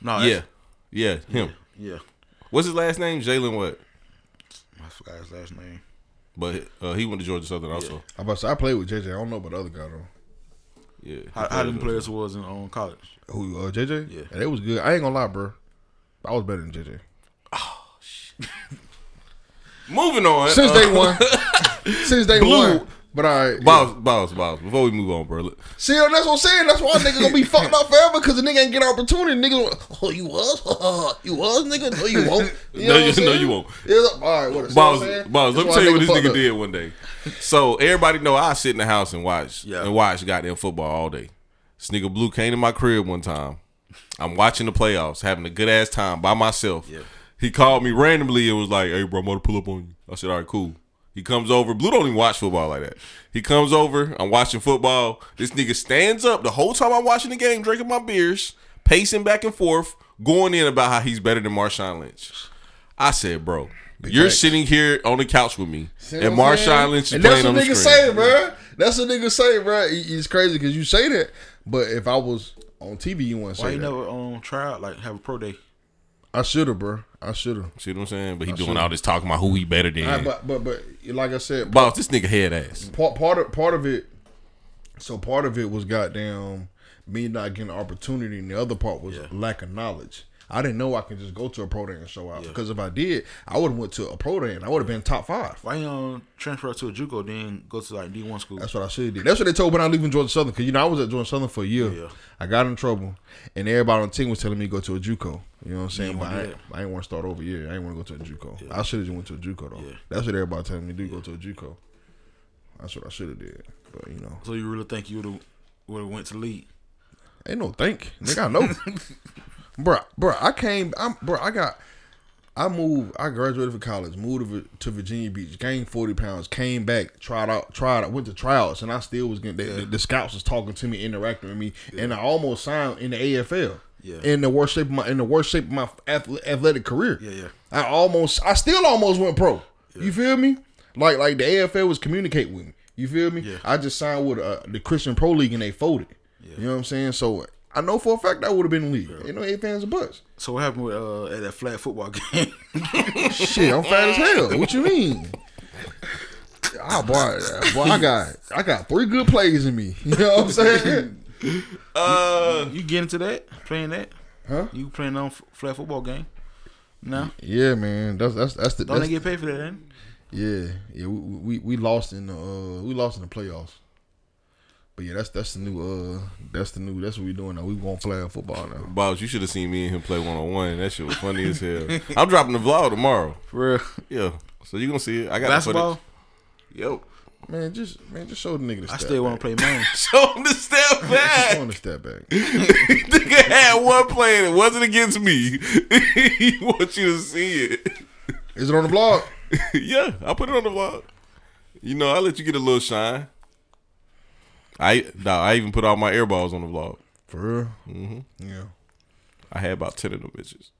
Speaker 5: No,
Speaker 3: Yeah,
Speaker 5: Oh, that's-
Speaker 3: yeah, him.
Speaker 5: yeah.
Speaker 3: What's his last name? Jalen what?
Speaker 5: I forgot his last name.
Speaker 3: But uh, he went to Georgia Southern also.
Speaker 4: I about to say, I played with JJ. I don't know about the other guy though.
Speaker 3: Yeah, he
Speaker 5: How, how
Speaker 3: played
Speaker 5: them
Speaker 3: with-
Speaker 5: players was in on college?
Speaker 4: Who uh, JJ?
Speaker 5: Yeah.
Speaker 4: and it was good. I ain't gonna lie, bro. I was better than JJ
Speaker 3: Moving on.
Speaker 4: since
Speaker 3: uh,
Speaker 4: day one. since day
Speaker 3: Blue,
Speaker 4: one, But all right.
Speaker 3: Boss, boss, boss. Before we move on, bro.
Speaker 4: See, that's what I'm saying. That's why niggas gonna be fucked up forever because the nigga ain't get an opportunity. Niggas, oh, you was? you was, nigga? No, you won't.
Speaker 3: No,
Speaker 4: what
Speaker 3: you-
Speaker 4: I'm saying?
Speaker 3: no, you won't.
Speaker 4: Yeah, all right,
Speaker 3: Boss,
Speaker 4: what see what I'm saying?
Speaker 3: boss, let me
Speaker 4: That's
Speaker 3: tell you
Speaker 4: why
Speaker 3: what this
Speaker 4: fucked
Speaker 3: nigga
Speaker 4: up.
Speaker 3: did one day. So everybody know I sit in the house and watch
Speaker 5: Yeah.
Speaker 3: and watch goddamn football all day. This nigga Blue came to my crib one time. I'm watching the playoffs, having a good ass time by myself. He called me randomly and was like, "Hey, bro, I'm about to pull up on you." I said, "All right, cool." He comes over. Blue don't even watch football like that. He comes over. I'm watching football. This nigga stands up the whole time I'm watching the game, drinking my beers, pacing back and forth, going in about how he's better than Marshawn Lynch. I said, "Bro, you're
Speaker 4: facts.
Speaker 3: sitting here on the couch with me,
Speaker 4: See
Speaker 3: and
Speaker 4: what I'm saying?
Speaker 3: Marshawn Lynch is
Speaker 4: And that's
Speaker 3: playing
Speaker 4: what
Speaker 3: on the
Speaker 4: niggas
Speaker 3: screen."
Speaker 4: say, bro. That's what niggas say, bro. It's crazy because you say that, but if I was on TV, you wouldn't say
Speaker 5: Why you
Speaker 4: that.
Speaker 5: never um try out like have a pro day?
Speaker 4: I should have, bro. I should have.
Speaker 3: See what I'm saying? But he doing all this talking about who he better than.
Speaker 4: But but but like I said,
Speaker 3: Boss, this nigga head ass.
Speaker 4: part part of part of it. So part of it was goddamn me not getting an opportunity, and the other part was lack of knowledge. I didn't know I could just go to a pro day and show out because if I did, I would have went to a pro day and I would have been top five.
Speaker 5: Why you don't transfer to a JUCO then go to like D one school?
Speaker 4: That's what I should have did. That's what they told me when I leaving Georgia Southern because you know I was at Georgia Southern for a year. I got in trouble, and everybody on the team was telling me to go to a JUCO. You know what I'm saying? But I, ain't- I ain't want to start over. Yeah, I ain't want to go to a JUCO. I should have just went to a JUCO though. That's what everybody telling me to do. Go to a JUCO. That's what I should have did. But you know,
Speaker 5: so you really think you would would have went to league?
Speaker 4: Ain't no think, nigga. I know, bruh, bruh. I came, I'm, bruh. I got, I moved. I graduated from college, moved to, Vi- to Virginia Beach, gained forty pounds, came back, tried out, tried out, went to tryouts, and I still was getting. The, the scouts was talking to me, interacting with me, and I almost signed in the AFL.
Speaker 5: Yeah.
Speaker 4: In the worst shape of my in the worst shape of my athle- athletic career.
Speaker 5: Yeah, yeah.
Speaker 4: I almost, I still almost went pro. You feel me? Like, like the AFL was communicating with me. You feel me?
Speaker 5: Yeah.
Speaker 4: I just signed with uh, the Christian Pro League and they folded. You know what I'm saying? So I know for a fact I would have been in the league. Ain't no eight fans of butts.
Speaker 5: So what happened with uh at that flag football game?
Speaker 4: Shit, I'm fat as hell. What you mean? I boy, ah, boy, I got I got three good plays in me. You know what I'm saying?
Speaker 3: Uh,
Speaker 5: you get into that playing that?
Speaker 4: Huh?
Speaker 5: You playing on f- flag football game? No,
Speaker 4: Yeah, man. That's that's that's the
Speaker 5: don't
Speaker 4: that's,
Speaker 5: they get paid for that? Then?
Speaker 4: yeah yeah. We, we we lost in the uh, we lost in the playoffs. But yeah, that's that's the new uh that's the new that's what we doing now. We going flag football now.
Speaker 3: Boss, you should have seen me and him play one on one. That shit was funny as hell. I'm dropping the vlog tomorrow.
Speaker 5: For real?
Speaker 3: Yeah. So you gonna see it. I got
Speaker 5: Basketball?
Speaker 3: The footage. Yo.
Speaker 4: Man, just man, just show the nigga. The
Speaker 5: I still want to play mine.
Speaker 3: Show him the step
Speaker 4: Show
Speaker 3: back.
Speaker 4: him the step back.
Speaker 3: nigga had one play and it wasn't against me. he wants you to see it.
Speaker 4: Is it on the vlog?
Speaker 3: yeah, I put it on the vlog. You know, I let you get a little shine. I no, I even put all my airballs on the vlog.
Speaker 4: For real? Mm-hmm. Yeah.
Speaker 3: I had about ten of them bitches.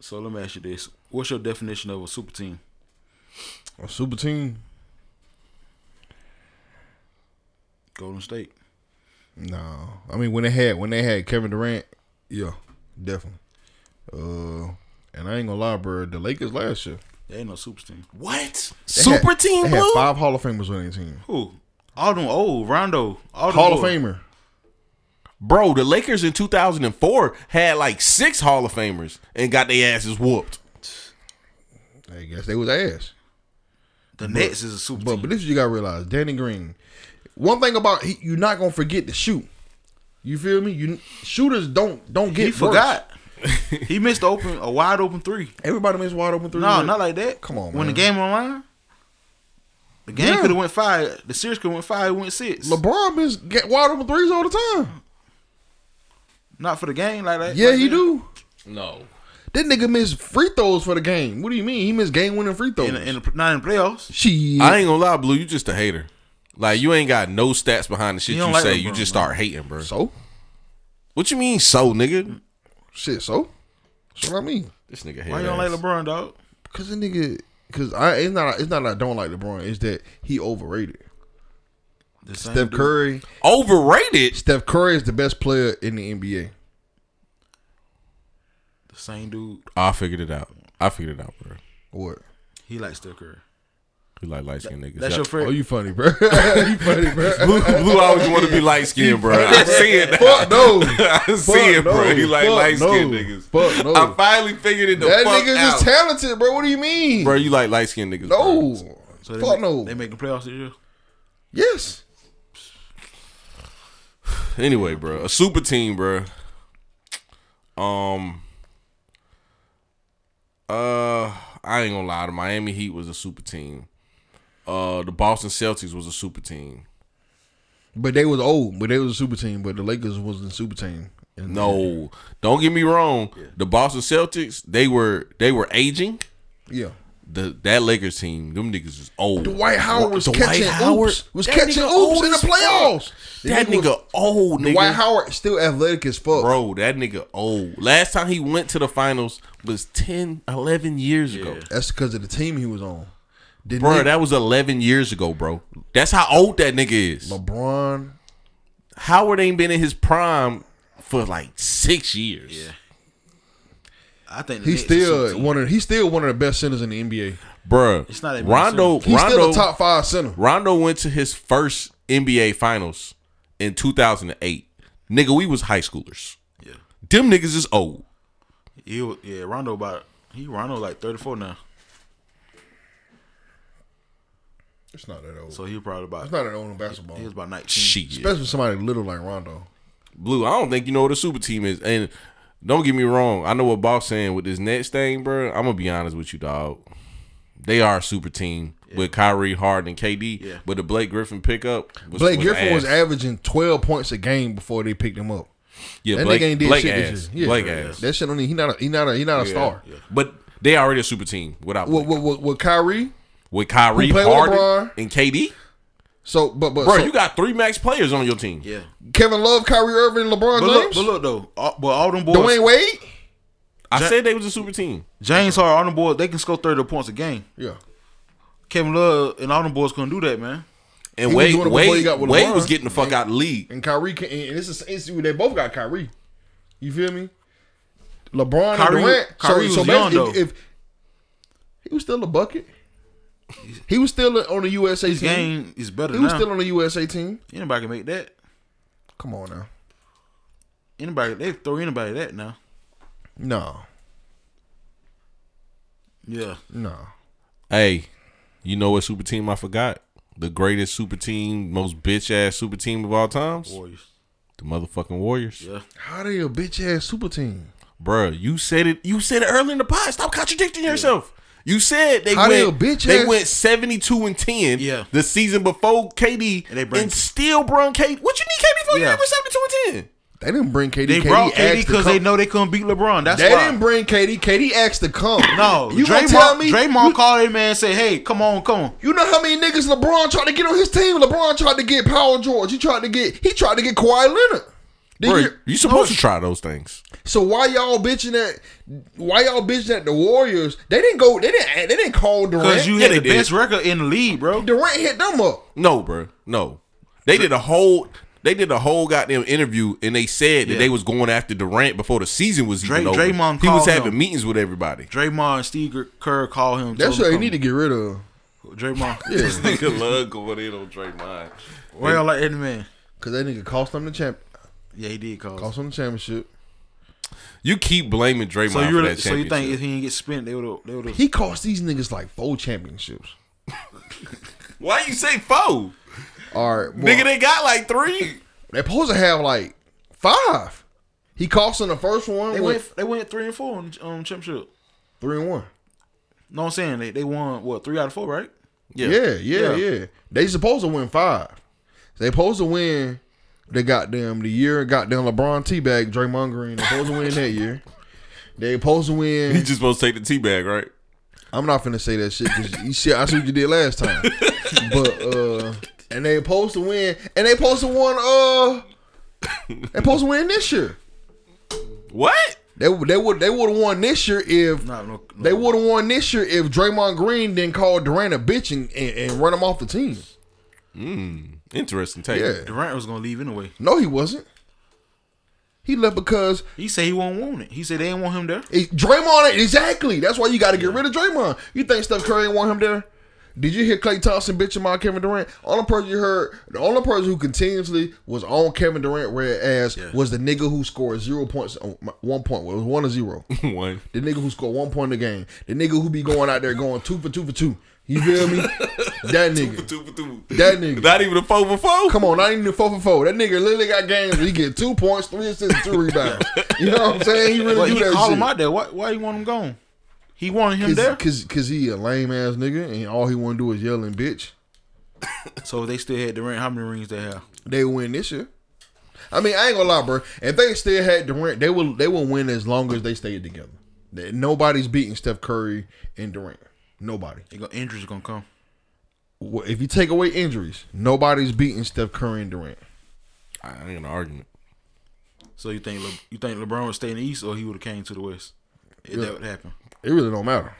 Speaker 5: so let me ask you this: What's your definition of a super team?
Speaker 4: A super team?
Speaker 5: Golden State.
Speaker 4: No. I mean when they had when they had Kevin Durant, yeah, definitely. Uh and I ain't gonna lie, bro, the Lakers last year.
Speaker 5: There ain't no super team.
Speaker 3: What?
Speaker 4: they
Speaker 3: Super
Speaker 4: had-
Speaker 3: team,
Speaker 4: They
Speaker 3: bro?
Speaker 4: had five Hall of Famers on their team.
Speaker 5: Who? All them old Rondo. All them
Speaker 4: Hall of
Speaker 5: boys.
Speaker 4: Famer.
Speaker 3: Bro, the Lakers in 2004 had like six Hall of Famers and got their asses whooped.
Speaker 4: I guess they was ass.
Speaker 5: The Nets is a super
Speaker 4: But
Speaker 5: team.
Speaker 4: but this is what you gotta realize, Danny Green. One thing about he, you're not gonna forget to shoot. You feel me? You shooters don't don't get
Speaker 5: He
Speaker 4: worse.
Speaker 5: forgot. he missed open a wide open three.
Speaker 4: Everybody makes wide open three.
Speaker 5: No, not like that.
Speaker 4: Come on,
Speaker 5: When the
Speaker 4: man.
Speaker 5: game online, the game
Speaker 4: Yeah.
Speaker 5: could have went five. The series could have went five. It went six.
Speaker 4: LeBron is get wide open threes all the time.
Speaker 5: Not for the game like that.
Speaker 4: Yeah,
Speaker 5: like
Speaker 4: he
Speaker 5: that.
Speaker 4: do.
Speaker 3: No.
Speaker 4: That nigga missed free throws for the game. What do you mean? He missed game winning free throws.
Speaker 5: In the, in the, not in the playoffs.
Speaker 4: Shit.
Speaker 3: I ain't gonna lie, Blue, you just a hater. Like you ain't got no stats behind the shit
Speaker 5: You
Speaker 3: you,
Speaker 5: don't like
Speaker 3: say.
Speaker 5: LeBron,
Speaker 3: you just
Speaker 5: bro.
Speaker 3: start hating, bro.
Speaker 4: so
Speaker 3: What you mean so, nigga?
Speaker 4: shit. So that's what I mean.
Speaker 3: This nigga hate.
Speaker 5: Why you don't like LeBron, dog?
Speaker 4: Because the nigga, because I it's not it's not that I don't like LeBron. It's that he overrated.
Speaker 5: The same
Speaker 4: Steph
Speaker 5: dude.
Speaker 4: Curry.
Speaker 3: Overrated?
Speaker 4: Steph Curry is the best player in the NBA.
Speaker 5: The same dude.
Speaker 3: I figured it out. I figured it out, bro.
Speaker 4: What?
Speaker 5: He likes Steph Curry.
Speaker 3: You like light skinned niggas.
Speaker 5: That's
Speaker 3: Y'all-
Speaker 5: your
Speaker 4: Oh,
Speaker 5: friend.
Speaker 4: you funny, bro. you funny, bro.
Speaker 3: Blue, Blue always want to be light skinned, bro. I see it. now.
Speaker 4: Fuck no.
Speaker 3: I see
Speaker 4: Fuck
Speaker 3: it, bro.
Speaker 4: no.
Speaker 3: He like
Speaker 4: Fuck
Speaker 3: light skinned
Speaker 4: no.
Speaker 3: niggas.
Speaker 4: Fuck no.
Speaker 3: I finally figured it the
Speaker 4: That
Speaker 3: fuck
Speaker 4: nigga
Speaker 3: out.
Speaker 4: just talented, bro. What do you mean?
Speaker 3: bro, you like light skinned niggas. bro.
Speaker 4: No,
Speaker 2: So they
Speaker 4: Fuck
Speaker 2: make,
Speaker 4: no.
Speaker 2: They making playoffs this year.
Speaker 4: Yes.
Speaker 3: Anyway, bro, a super team, bro. Um, uh, I ain't gonna lie. The Miami Heat was a super team. Uh, the Boston Celtics was a super team.
Speaker 4: But they was old, but they was a super team, but the Lakers wasn't a super team. And-
Speaker 3: No, don't get me wrong. The Boston Celtics, they were they were aging.
Speaker 4: Yeah.
Speaker 3: The that Lakers team, them niggas is old.
Speaker 4: Dwight Howard was
Speaker 3: Dwight
Speaker 4: catching
Speaker 3: Howard-
Speaker 4: oops. Was
Speaker 3: that
Speaker 4: catching
Speaker 3: nigga
Speaker 4: oops
Speaker 3: old
Speaker 4: in the
Speaker 3: as fuck.
Speaker 4: playoffs.
Speaker 3: that
Speaker 4: was-
Speaker 3: nigga old nigga.
Speaker 4: Dwight Howard still athletic as fuck.
Speaker 3: Bro, that nigga old. Last time he went to the finals was 10, 11 years ago.
Speaker 4: That's because of the team he was on. The
Speaker 3: Bro,
Speaker 4: nigga-
Speaker 3: that was 11 years ago, bro. That's how old that nigga is.
Speaker 4: LeBron.
Speaker 3: Howard ain't been in his prime for like six years.
Speaker 2: I think the
Speaker 4: He's
Speaker 2: Nets is a
Speaker 4: still
Speaker 2: team.
Speaker 4: one of he's still one of the best centers in the NBA.
Speaker 3: Bruh,
Speaker 2: It's not even
Speaker 3: Rondo,
Speaker 4: He's still
Speaker 3: Rondo,
Speaker 4: a top five center.
Speaker 3: Rondo went to his first NBA finals in 2008. Nigga, we was high schoolers.
Speaker 2: Yeah.
Speaker 3: Them niggas is old.
Speaker 2: He, wa- yeah, Rondo about he Rondo like thirty four now,
Speaker 4: It's not that old.
Speaker 2: so he probably about
Speaker 4: it's not that old in basketball.
Speaker 2: he was about nineteen.
Speaker 3: Shit.
Speaker 4: Especially with somebody little like Rondo.
Speaker 3: Blue, I don't think you know what a super team is. And don't get me wrong, I know what Boss saying with this Nets thing, bro. I'm gonna be honest with you, dog. They are a super team with Kyrie, Harden, and KD.
Speaker 2: Yeah.
Speaker 3: But the Blake Griffin pickup, was,
Speaker 4: Blake Griffin was
Speaker 3: ass.
Speaker 4: averaging twelve points a game before they picked him up.
Speaker 3: yeah,
Speaker 4: That
Speaker 3: Blake,
Speaker 4: nigga ain't did
Speaker 3: Blake
Speaker 4: shit
Speaker 3: ass,
Speaker 4: this year. Yeah.
Speaker 3: Blake ass.
Speaker 4: That shit on he not a he not a he not a star.
Speaker 3: But they already a super team without
Speaker 4: With,
Speaker 3: Blake.
Speaker 4: with, with, with Kyrie,
Speaker 3: with Kyrie,
Speaker 4: Who play with
Speaker 3: Harden,
Speaker 4: LeBron?
Speaker 3: and KD.
Speaker 4: so but but
Speaker 3: Bro,
Speaker 4: so
Speaker 3: you got three max players on your team.
Speaker 2: Yeah,
Speaker 4: Kevin Love, Kyrie Irving, LeBron
Speaker 2: but look,
Speaker 4: James,
Speaker 2: but look though, all, but all them boys,
Speaker 4: Dwayne Wade.
Speaker 3: I said they was a super team.
Speaker 2: James Harden, all them boys, they can score thirty points a game.
Speaker 4: Yeah,
Speaker 2: Kevin Love and all them boys couldn't do that, man.
Speaker 3: And
Speaker 4: He was
Speaker 3: Wade,
Speaker 4: doing it before he
Speaker 3: Wade,
Speaker 4: got with
Speaker 3: Wade
Speaker 4: LeBron.
Speaker 3: was getting the fuck out of the league.
Speaker 4: and Kyrie can, and this is it's, they both got Kyrie. You feel me? LeBron
Speaker 2: Kyrie-
Speaker 4: and Durant.
Speaker 2: Kyrie was young,
Speaker 4: basically,
Speaker 2: though.
Speaker 4: if, if he was still a bucket, he was still on the USA team.
Speaker 2: Game is better
Speaker 4: He was
Speaker 2: now.
Speaker 4: still on the USA team.
Speaker 2: anybody can make that.
Speaker 4: Come on now.
Speaker 2: Anybody they throw anybody that now.
Speaker 4: No,
Speaker 2: Yeah,
Speaker 4: no.
Speaker 3: Hey, you know what super team I forgot? The greatest super team, most bitch ass super team of all times?
Speaker 2: Warriors.
Speaker 3: The motherfucking Warriors.
Speaker 2: Yeah.
Speaker 4: How they a bitch ass super team?
Speaker 3: Bruh, you said it you said it early in the pod. Stop contradicting yourself. You said they
Speaker 4: How they
Speaker 3: went
Speaker 4: a bitch
Speaker 3: they
Speaker 4: ass-
Speaker 3: went 72 and 10
Speaker 2: Yeah.
Speaker 3: the season before KD and,
Speaker 2: And they bring-
Speaker 3: still brung KD. What you need KD for? You
Speaker 2: Yeah.
Speaker 3: You never 72 and 10.
Speaker 4: They didn't bring KD.
Speaker 2: They
Speaker 4: KD
Speaker 2: brought KD
Speaker 4: asked to
Speaker 2: because they
Speaker 4: come.
Speaker 2: know they couldn't beat LeBron. That's
Speaker 4: They
Speaker 2: why.
Speaker 4: didn't bring KD. KD asked to come.
Speaker 2: no,
Speaker 4: you gonna
Speaker 2: Draymond,
Speaker 4: tell me?
Speaker 2: Draymond called him man and said, "Hey, come on, come on."
Speaker 4: You know how many niggas LeBron tried to get on his team? LeBron tried to get Paul George. He tried to get he tried to get Kawhi Leonard. Did
Speaker 3: Bruh,
Speaker 4: you- Oh.
Speaker 3: you supposed to try those things.
Speaker 4: so why y'all bitching at why y'all bitching at the Warriors? They didn't go. They didn't. They didn't call Durant.
Speaker 2: Because you
Speaker 3: Yeah,
Speaker 2: had
Speaker 3: they
Speaker 2: the
Speaker 3: did.
Speaker 2: best record in the league, bro.
Speaker 4: Durant hit them up.
Speaker 3: No, bruh. No. They did a whole they did a whole goddamn interview and they said that
Speaker 2: Yeah.
Speaker 3: they was going after Durant before the season was even
Speaker 2: Dray-
Speaker 3: over.
Speaker 2: Draymond
Speaker 3: he was
Speaker 2: called
Speaker 3: having
Speaker 2: him.
Speaker 3: meetings with everybody.
Speaker 2: Draymond and Steve Kerr called him.
Speaker 4: That's
Speaker 2: told him
Speaker 4: what they need to get rid of.
Speaker 2: come. Draymond.
Speaker 4: Yeah,
Speaker 3: Nigga love going in on Draymond.
Speaker 2: Why y'all like that man?
Speaker 4: because that nigga cost them the champ.
Speaker 2: Yeah, he did call.
Speaker 4: Cost them the championship.
Speaker 3: You keep blaming Draymond
Speaker 2: So you
Speaker 3: for
Speaker 2: really,
Speaker 3: that championship.
Speaker 2: so you think if he didn't get spent, they would they would have.
Speaker 4: He cost these niggas like four championships.
Speaker 3: Why you say four?
Speaker 4: All right, well,
Speaker 3: Nigga, they got like three.
Speaker 4: they supposed to have like five. He cost them the first one.
Speaker 2: They
Speaker 4: with
Speaker 2: went they went three and four on um, championship.
Speaker 4: three and one.
Speaker 2: No, I'm saying they, they won what three out of four, right?
Speaker 3: Yeah.
Speaker 4: Yeah, yeah, yeah.
Speaker 2: Yeah.
Speaker 4: They supposed to win five. They supposed to win the goddamn the year goddamn LeBron teabag Draymond Green. They supposed to win that year. They supposed to
Speaker 3: He
Speaker 4: win.
Speaker 3: just supposed to take the tea bag, right?
Speaker 4: I'm not finna say that shit because you see, I see what you did last time. But uh, and they supposed to win. And they supposed to win. Uh, they supposed to win this year.
Speaker 3: What?
Speaker 4: They would- they would they would have won this year if
Speaker 2: Nah, no, no.
Speaker 4: they would have won this year if Draymond Green didn't call Durant a bitch and, and, and run him off the team.
Speaker 3: Interesting take.
Speaker 4: Yeah.
Speaker 2: Durant was gonna leave anyway.
Speaker 4: No, he wasn't. He left because
Speaker 2: He said he won't want it. He said they didn't want him there.
Speaker 4: it, Draymond. Exactly. That's why you got to get rid of Draymond. You think Steph Curry ain't want him there? Did you hear Clay Thompson bitching about Kevin Durant? Only person you heard, the only person who continuously was on Kevin Durant red ass was the nigga who scored zero points, oh, my- one point. Well, it was one or zero.
Speaker 3: One.
Speaker 4: The nigga who scored one point a game. The nigga who be going out there going two for two for two. You feel me? That nigga.
Speaker 3: Two for two.
Speaker 4: That nigga.
Speaker 3: Not even a four for four.
Speaker 4: Come on, not even the four for four. That nigga literally got games where he get two points, three assists, and two rebounds. You know what I'm saying? He really
Speaker 2: But
Speaker 4: do
Speaker 2: he
Speaker 4: that
Speaker 2: called
Speaker 4: shit.
Speaker 2: him out there. Why? Why you want him gone? He wanted him there,
Speaker 4: Cause, cause he a lame ass nigga, and all he want to do is yell and bitch.
Speaker 2: so they still had Durant. How many rings they have?
Speaker 4: They win this year. I mean, I ain't gonna lie, bro. If they still had Durant, they will they will win as long as they stayed together. They- Nobody's beating Steph Curry and Durant. Nobody.
Speaker 2: They got injuries gonna come.
Speaker 4: Well, If you take away injuries, nobody's beating Steph Curry and Durant.
Speaker 3: I ain't gonna argue.
Speaker 2: So you think Le- you think LeBron would stay in the East or he would have came to the West? If that would happen.
Speaker 4: It really don't matter.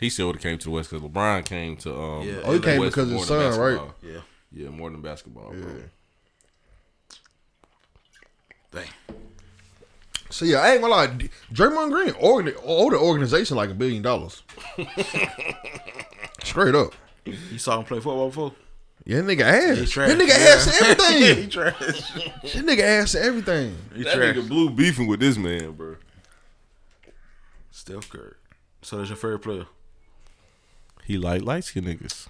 Speaker 3: He still would have came to the West because LeBron came to. Um,
Speaker 2: Yeah.
Speaker 4: Oh, he
Speaker 2: West
Speaker 4: came
Speaker 3: West
Speaker 4: because of
Speaker 3: more
Speaker 4: his
Speaker 3: than
Speaker 4: son, right?
Speaker 3: basketball.
Speaker 2: Yeah.
Speaker 3: Yeah, more than basketball, bro.
Speaker 2: Dang.
Speaker 4: So yeah, I ain't gonna lie. D- Draymond Green organ- owe the organization like a billion dollars. Straight up.
Speaker 2: You saw him play football before?
Speaker 4: Yeah, that nigga ass.
Speaker 2: trash,
Speaker 4: That nigga
Speaker 2: yeah.
Speaker 4: ass to everything.
Speaker 2: trash.
Speaker 4: that nigga ass to everything.
Speaker 2: He
Speaker 3: That
Speaker 2: trash.
Speaker 3: nigga blue beefing with this man, bro.
Speaker 2: Steph Curry. So that's your favorite player.
Speaker 3: He like light skin niggas.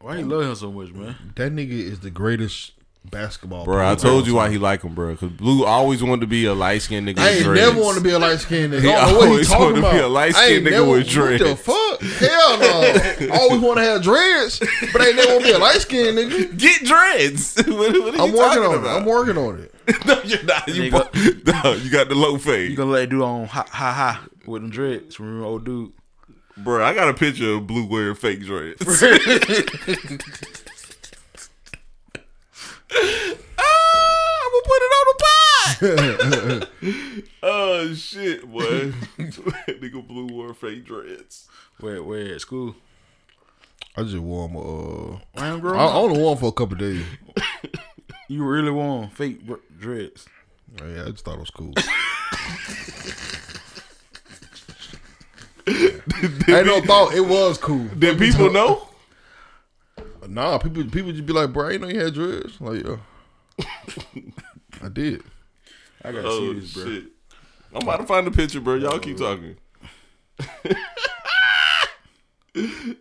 Speaker 2: Why you love him so much, man?
Speaker 4: That nigga is the greatest basketball
Speaker 3: Bro,
Speaker 4: player.
Speaker 3: I told you why he like him, bro. Because blue always wanted to be a light skinned nigga.
Speaker 4: I
Speaker 3: with
Speaker 4: ain't
Speaker 3: dreads.
Speaker 4: never want to be a light skinned nigga.
Speaker 3: He
Speaker 4: I don't know what he
Speaker 3: always
Speaker 4: talking
Speaker 3: wanted to
Speaker 4: about.
Speaker 3: be a light-skinned
Speaker 4: I ain't
Speaker 3: nigga
Speaker 4: never-
Speaker 3: with dreads.
Speaker 4: What the fuck? Hell no. I always want to have dreads, but I ain't never want to be a light skinned nigga.
Speaker 3: Get dreads. what, what are
Speaker 4: I'm
Speaker 3: you
Speaker 4: working
Speaker 3: talking
Speaker 4: on
Speaker 3: about?
Speaker 4: it. I'm working on it.
Speaker 3: no, you're not. You,
Speaker 2: Nigga.
Speaker 3: bu- no, you got the low fade.
Speaker 2: You gonna let it do on ha ha ha with them dreads from your old dude.
Speaker 3: Bro, I got a picture of blue wearing fake dreads. I'm gonna Ah, put it on the pot. oh shit, boy! Nigga, blue wore fake dreads.
Speaker 2: Where where at school?
Speaker 4: I just wore my. Uh,
Speaker 2: I am
Speaker 4: I,
Speaker 2: growing
Speaker 4: I
Speaker 2: up.
Speaker 4: only wore 'em for a couple days.
Speaker 2: You really want fake br- dreads.
Speaker 4: Yeah, I just thought it was cool. ain't no thought. It was cool.
Speaker 3: Did people know?
Speaker 4: Nah, people people just be like, bro, I didn't know you had dreads. Like, yeah. I did.
Speaker 2: I gotta
Speaker 3: Oh
Speaker 2: see this, bro.
Speaker 3: shit! I'm about to find the picture, bro. Y'all keep talking.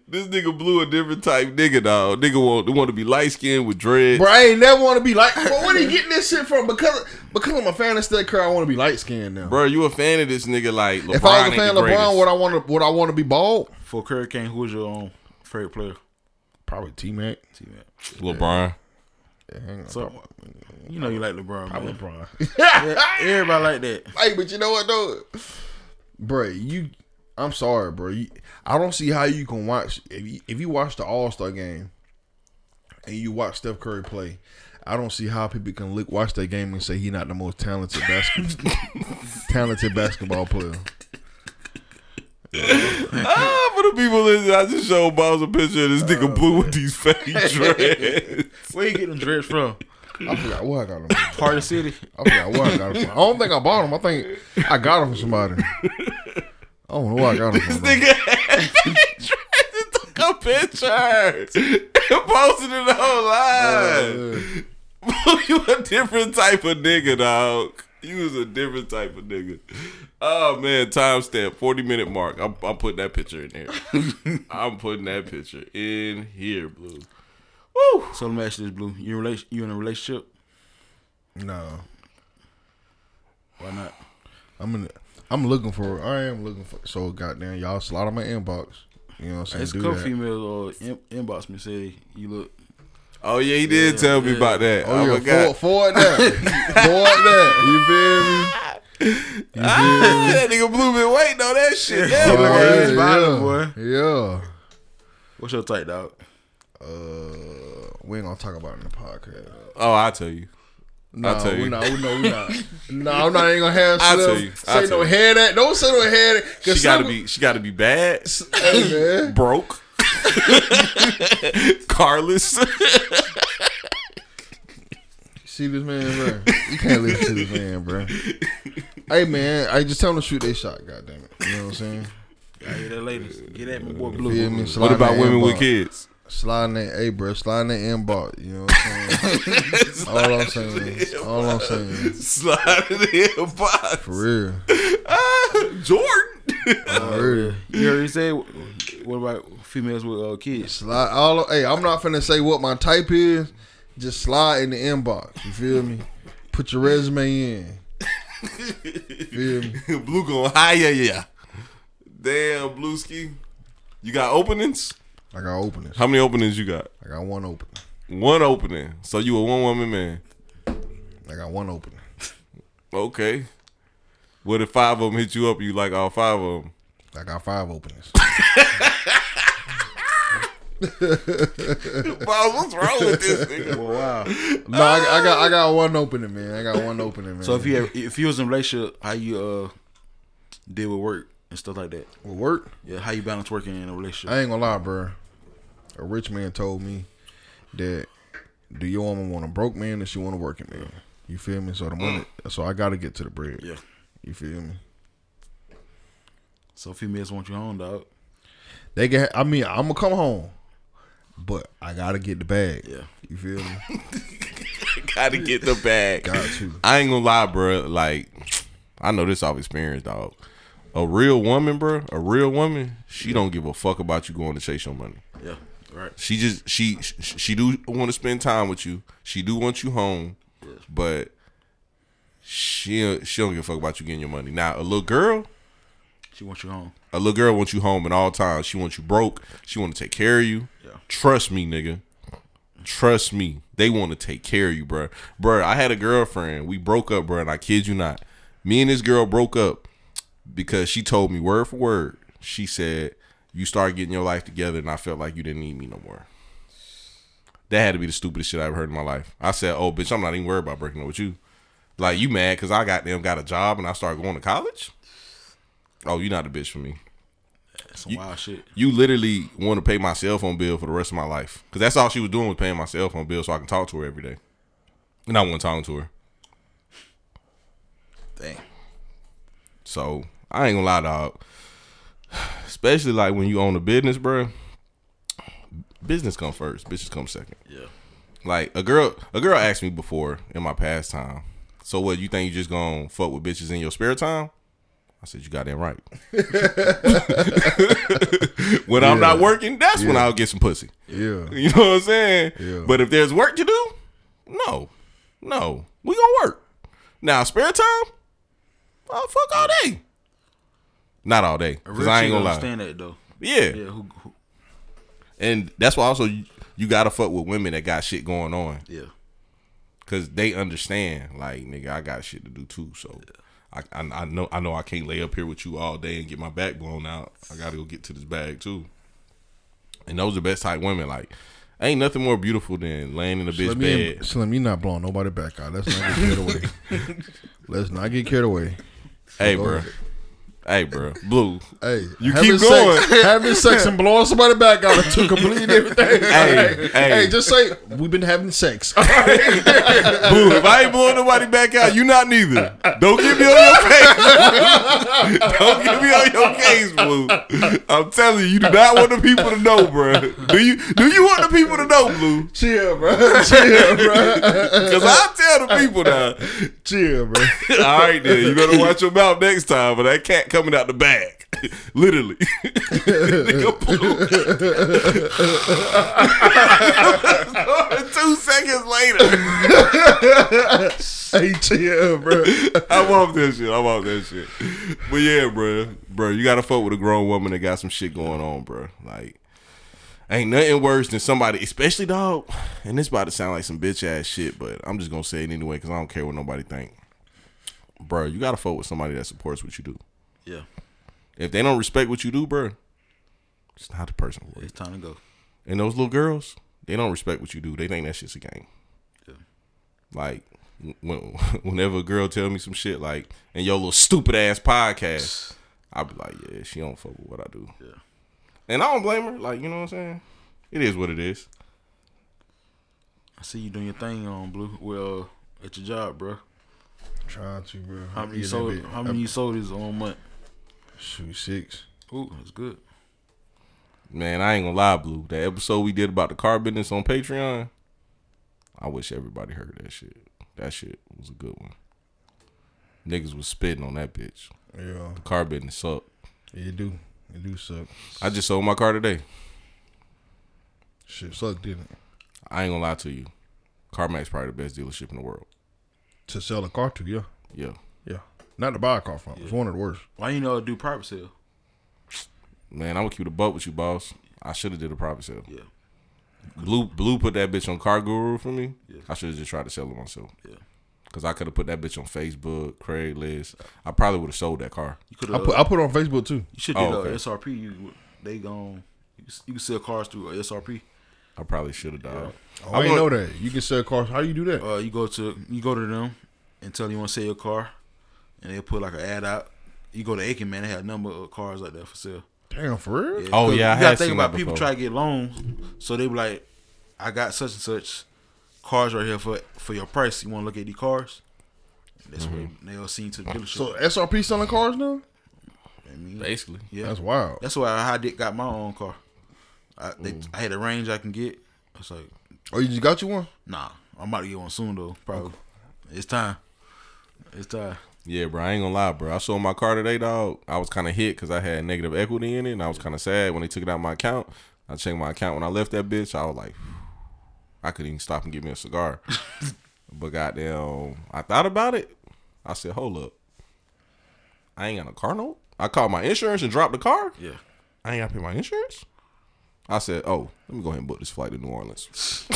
Speaker 3: this nigga blue a different type nigga, dog. Nigga want want to be light skinned with dreads.
Speaker 4: Bro, I ain't never want to be like, bro, where he getting this shit from? Because because I'm a fan of Steph Curry, I want to be light skinned now.
Speaker 3: Bro, you a fan of this nigga? Like LeBron
Speaker 4: if I was a fan
Speaker 3: ain't
Speaker 4: of
Speaker 3: the
Speaker 4: LeBron,
Speaker 3: greatest.
Speaker 4: would I want to would I want to be bald?
Speaker 2: For Curry King, who was your own favorite player?
Speaker 4: Probably T Mac.
Speaker 2: See man.
Speaker 3: LeBron.
Speaker 2: So you know you like LeBron, man.
Speaker 4: LeBron.
Speaker 2: Everybody like that.
Speaker 4: hey, but you know what though, bro? You, I'm sorry, bro. You, I don't see how you can watch if you, if you watch the All Star game and you watch Steph Curry play. I don't see how people can look watch that game and say he's not the most talented basketball talented basketball player.
Speaker 3: Ah, for the people listening, I just showed Boss a picture of this nigga blue with these fake dreads.
Speaker 2: Where you get them dreads from?
Speaker 4: I forgot where I got him. from.
Speaker 2: Party City.
Speaker 4: I forgot where I got him. From. I don't think I bought him. I think I got him from somebody. I don't know where I got him from. bro.
Speaker 3: nigga had fake dreads and took a picture and posted it online. Blue, you a different type of nigga, dog. You was a different type of nigga. Oh man, timestamp, 40 minute mark. I'm, I'm putting that picture in there. I'm putting that picture in here, Blue. Woo!
Speaker 2: So let me ask you this, Blue. You in relation you in a relationship?
Speaker 4: No,
Speaker 2: Why not?
Speaker 4: I'm in. I'm looking for. I am looking for. So goddamn, y'all slide on my inbox. You know what I'm saying?
Speaker 2: It's a
Speaker 4: Do
Speaker 2: couple
Speaker 4: that.
Speaker 2: females or in, inbox me say you look
Speaker 3: Oh yeah, he did tell me about that.
Speaker 4: Oh,
Speaker 3: I
Speaker 4: yeah,
Speaker 3: forgot.
Speaker 4: forward, forward that, forward that.
Speaker 3: Ah, that nigga blue been waiting on that shit.
Speaker 4: You
Speaker 3: Now,
Speaker 4: feel
Speaker 2: look
Speaker 4: me? Oh,
Speaker 3: boy.
Speaker 2: at
Speaker 4: yeah,
Speaker 2: his body,
Speaker 4: yeah, yeah.
Speaker 2: what's your type, dog?
Speaker 4: Uh, we ain't gonna talk about it in the podcast.
Speaker 3: Oh, I tell you.
Speaker 4: No,
Speaker 3: tell
Speaker 4: we
Speaker 3: you.
Speaker 4: not. We know we not. no, I'm not even gonna have.
Speaker 3: I
Speaker 4: Slim
Speaker 3: tell you, I
Speaker 4: Say
Speaker 3: tell
Speaker 4: no
Speaker 3: you.
Speaker 4: head at. Don't say no head at.
Speaker 3: She gotta be she gotta be bad.
Speaker 4: Hey, man.
Speaker 3: Broke. Carless.
Speaker 4: See this man, bro. You can't listen to this man, bro. hey man, I just tell him to shoot their shot. Goddamn it. You know what I'm saying?
Speaker 5: I hear that ladies. Get at me, boy Blue.
Speaker 4: Feel me? Slide
Speaker 3: What
Speaker 4: in
Speaker 3: about
Speaker 4: that
Speaker 3: women with
Speaker 4: inbox.
Speaker 3: kids?
Speaker 4: Sliding that, hey, bro, sliding that inbox. You know what I'm saying? all I'm saying, is- all I'm saying, is,
Speaker 3: Slide in the box.
Speaker 4: for real,
Speaker 3: Jordan.
Speaker 4: for real.
Speaker 5: You heard he say, what about females with uh, kids?
Speaker 4: Slide all. Hey, I'm not finna say what my type is. Just slide in the inbox. You feel me? Put your resume in. feel me?
Speaker 3: Blue going higher, yeah. Damn, Blueski. You got openings?
Speaker 4: I got openings.
Speaker 3: How many openings you got?
Speaker 4: I got one opening.
Speaker 3: One opening. So you a one woman man.
Speaker 4: I got one opening.
Speaker 3: Okay. What if five of them hit you up? You like all five of them?
Speaker 4: I got five openings.
Speaker 3: Bob, what's wrong with this nigga?
Speaker 5: Wow.
Speaker 4: No, I, I got I got one opening, man. I got one opening, man.
Speaker 5: So if you have, if you was in a relationship, how you uh deal with work and stuff like that?
Speaker 4: With work,
Speaker 5: Yeah, how you balance working in a relationship?
Speaker 4: I ain't gonna lie, bro. A rich man told me that do your woman want a broke man or she want a working man? You feel me? So the money,
Speaker 3: Mm.
Speaker 4: so I gotta get to the bread.
Speaker 5: Yeah.
Speaker 4: You feel me?
Speaker 5: So females want you home, dog.
Speaker 4: They get. I mean, I'm gonna come home, but I gotta get the bag.
Speaker 5: Yeah.
Speaker 4: You feel me?
Speaker 3: Gotta get the bag.
Speaker 4: Got to.
Speaker 3: I ain't gonna lie, bro. Like, I know this off experience, dog. A real woman, bro. A real woman. She don't give a fuck about you going to chase your money.
Speaker 5: Yeah, right.
Speaker 3: She just she she, she do want to spend time with you. She do want you home, but she she don't give a fuck about you getting your money. Now a little girl,
Speaker 5: She wants you home.
Speaker 3: a little girl wants you home at all times. She wants you broke. She want to take care of you.
Speaker 5: Yeah.
Speaker 3: Trust me, nigga. Trust me. They want to take care of you, bruh. Bruh, I had a girlfriend. We broke up, bruh, and I kid you not. Me and this girl broke up because she told me word for word. She said, "You start getting your life together," and I felt like you didn't need me no more. That had to be the stupidest shit I ever heard in my life. I said, "Oh, bitch, I'm not even worried about breaking up with you. Like, you mad because I got them got a job and I started going to college? Oh, you not a bitch for me."
Speaker 5: That's some wild shit.
Speaker 3: you literally want to pay my cell phone bill for the rest of my life. Because that's all she was doing was paying my cell phone bill so I can talk to her every day. And I wasn't talking to her.
Speaker 5: Dang.
Speaker 3: So I ain't gonna lie, dog. Especially like when you own a business, bro. Business come first, bitches come second.
Speaker 5: Yeah.
Speaker 3: Like a girl, a girl asked me before in my past time. So what you think you just gonna fuck with bitches in your spare time? I said you got that right. when I'm not working, that's when I'll get some pussy.
Speaker 4: Yeah.
Speaker 3: You know what I'm saying?
Speaker 4: Yeah.
Speaker 3: But if there's work to do, no, no, we gonna work. Now spare time, oh fuck all day. Not all day,
Speaker 5: A
Speaker 3: cause
Speaker 5: real
Speaker 3: I
Speaker 5: I
Speaker 3: ain't gonna lie.
Speaker 5: understand that though.
Speaker 3: Yeah.
Speaker 5: Yeah. Who, who?
Speaker 3: and that's why also you, you gotta fuck with women that got shit going on,
Speaker 5: Yeah.
Speaker 3: cause they understand. Like nigga, I got shit to do too, so. I, I, I know I know I can't lay up here with you all day and get my back blown out. I gotta go get to this bag too. And those are the best type women. Like, ain't nothing more beautiful than laying in a bitch
Speaker 4: Slim,
Speaker 3: bed.
Speaker 4: you, Slim, you not blowing nobody back out. Let's not get carried away. Let's not get carried away.
Speaker 3: Hey,
Speaker 4: Go
Speaker 3: bro.
Speaker 4: ahead.
Speaker 3: Hey, bro. Blue.
Speaker 4: Hey,
Speaker 3: You
Speaker 4: having
Speaker 3: keep
Speaker 4: sex- having sex and blowing somebody back out are two completely different things.
Speaker 3: Hey, hey,
Speaker 4: Hey, just say we've been having sex.
Speaker 3: Blue. If I ain't blowing nobody back out, you not neither. Don't give me on your case. Don't give me on your case, Blue. I'm telling you, you do not want the people to know, bro. Do you? Do you want the people to know, Blue?
Speaker 4: Chill, bro. Chill, bro.
Speaker 3: Because I tell the people now.
Speaker 4: Chill, bro.
Speaker 3: All right, then you better watch your mouth next time. But that cat coming out the bag, literally. Nigga, Blue. Two seconds later.
Speaker 4: Hey, chill, bro.
Speaker 3: I'm off that shit. I'm off that shit. But yeah, bro, bro, you gotta fuck with a grown woman that got some shit going on, bro. Like, ain't nothing worse than somebody, especially dog. And this about to sound like some bitch ass shit, but I'm just gonna say it anyway because I don't care what nobody think. Bro, you gotta fuck with somebody that supports what you do.
Speaker 5: Yeah.
Speaker 3: If they don't respect what you do, bro, it's not the person for you.
Speaker 5: It's time to go.
Speaker 3: And those little girls, they don't respect what you do. They think that shit's a game. Like when, whenever a girl tell me some shit like in your little stupid ass podcast, I be like, yeah, she don't fuck with what I do.
Speaker 5: Yeah.
Speaker 3: And I don't blame her. Like you know what I'm saying? It is what it is.
Speaker 5: I see you doing your thing on Blue. Well, at your job, bro.
Speaker 4: Trying to, bro.
Speaker 5: How many
Speaker 4: Yeah,
Speaker 5: sold?
Speaker 4: that
Speaker 5: How
Speaker 4: bit-
Speaker 5: many you sold is on month?
Speaker 4: Shoot, six.
Speaker 2: Ooh, that's good.
Speaker 3: Man, I ain't gonna lie, Blue. That episode we did about the car business on Patreon, I wish everybody heard that shit. That shit was a good one. Niggas was spitting on that bitch.
Speaker 4: Yeah,
Speaker 3: Car business sucked.
Speaker 4: it do. It do suck.
Speaker 3: I just sold my car today.
Speaker 4: Shit suck, didn't it?
Speaker 3: I ain't gonna lie to you. CarMax probably the best dealership in the world.
Speaker 4: To sell a car to, yeah,
Speaker 3: Yeah.
Speaker 4: yeah. Not to buy a car from. It's one of the worst.
Speaker 2: Why you
Speaker 5: uh,
Speaker 2: know do private sale?
Speaker 3: Man, I'm gonna keep the butt with you, boss. I should have did a private sale.
Speaker 2: Yeah.
Speaker 3: Blue Blue put that bitch on Car Guru for me. I should have just tried to sell it myself.
Speaker 2: Yeah.
Speaker 3: Cause I could have put that bitch on Facebook, Craigslist. I probably would have sold that car.
Speaker 2: You could
Speaker 5: uh,
Speaker 4: I
Speaker 2: have.
Speaker 4: put I put it on Facebook too.
Speaker 2: you should
Speaker 3: Oh,
Speaker 2: do the
Speaker 3: okay.
Speaker 2: SRP. You they gone. You, can- you can sell cars through a SRP.
Speaker 3: I probably should have died.
Speaker 4: I didn't know that. You can sell cars. How do you do that?
Speaker 2: Uh, you go to you go to them and tell them you want to sell your car, and they put like an ad out. You go to Aiken, man. They have a number of cars like that for sale.
Speaker 4: Damn, for real?
Speaker 3: Oh,
Speaker 2: 'Cause
Speaker 3: yeah, I
Speaker 2: you
Speaker 3: had
Speaker 2: gotta think
Speaker 3: seen
Speaker 2: about
Speaker 3: that
Speaker 2: people
Speaker 3: before.
Speaker 2: try to get loans, so they be like, "I got such and such cars right here for for your price. You want to look at these cars?" That's
Speaker 3: Mm-hmm.
Speaker 2: what they'll send you to the dealership.
Speaker 4: So SRP selling cars now?
Speaker 2: I mean,
Speaker 3: Basically.
Speaker 2: yeah,
Speaker 4: That's wild.
Speaker 2: That's why I did got my own car. I they, I had a range I can get. I was like,
Speaker 4: Oh, you just got you one?
Speaker 2: nah, I'm about to get one soon though. Probably, it's time. It's time.
Speaker 3: Yeah, bro. I ain't gonna lie, bro. I sold my car today, dog. I was kind of hit because I had negative equity in it, and I was kind of sad when they took it out of my account. I checked my account when I left that bitch. I was like, I couldn't even stop and get me a cigar. but goddamn, I thought about it. I said, hold up, I ain't got a car note. I called my insurance and dropped the car.
Speaker 2: Yeah.
Speaker 3: I ain't got to pay my insurance. I said, oh, let me go ahead and book this flight to New Orleans.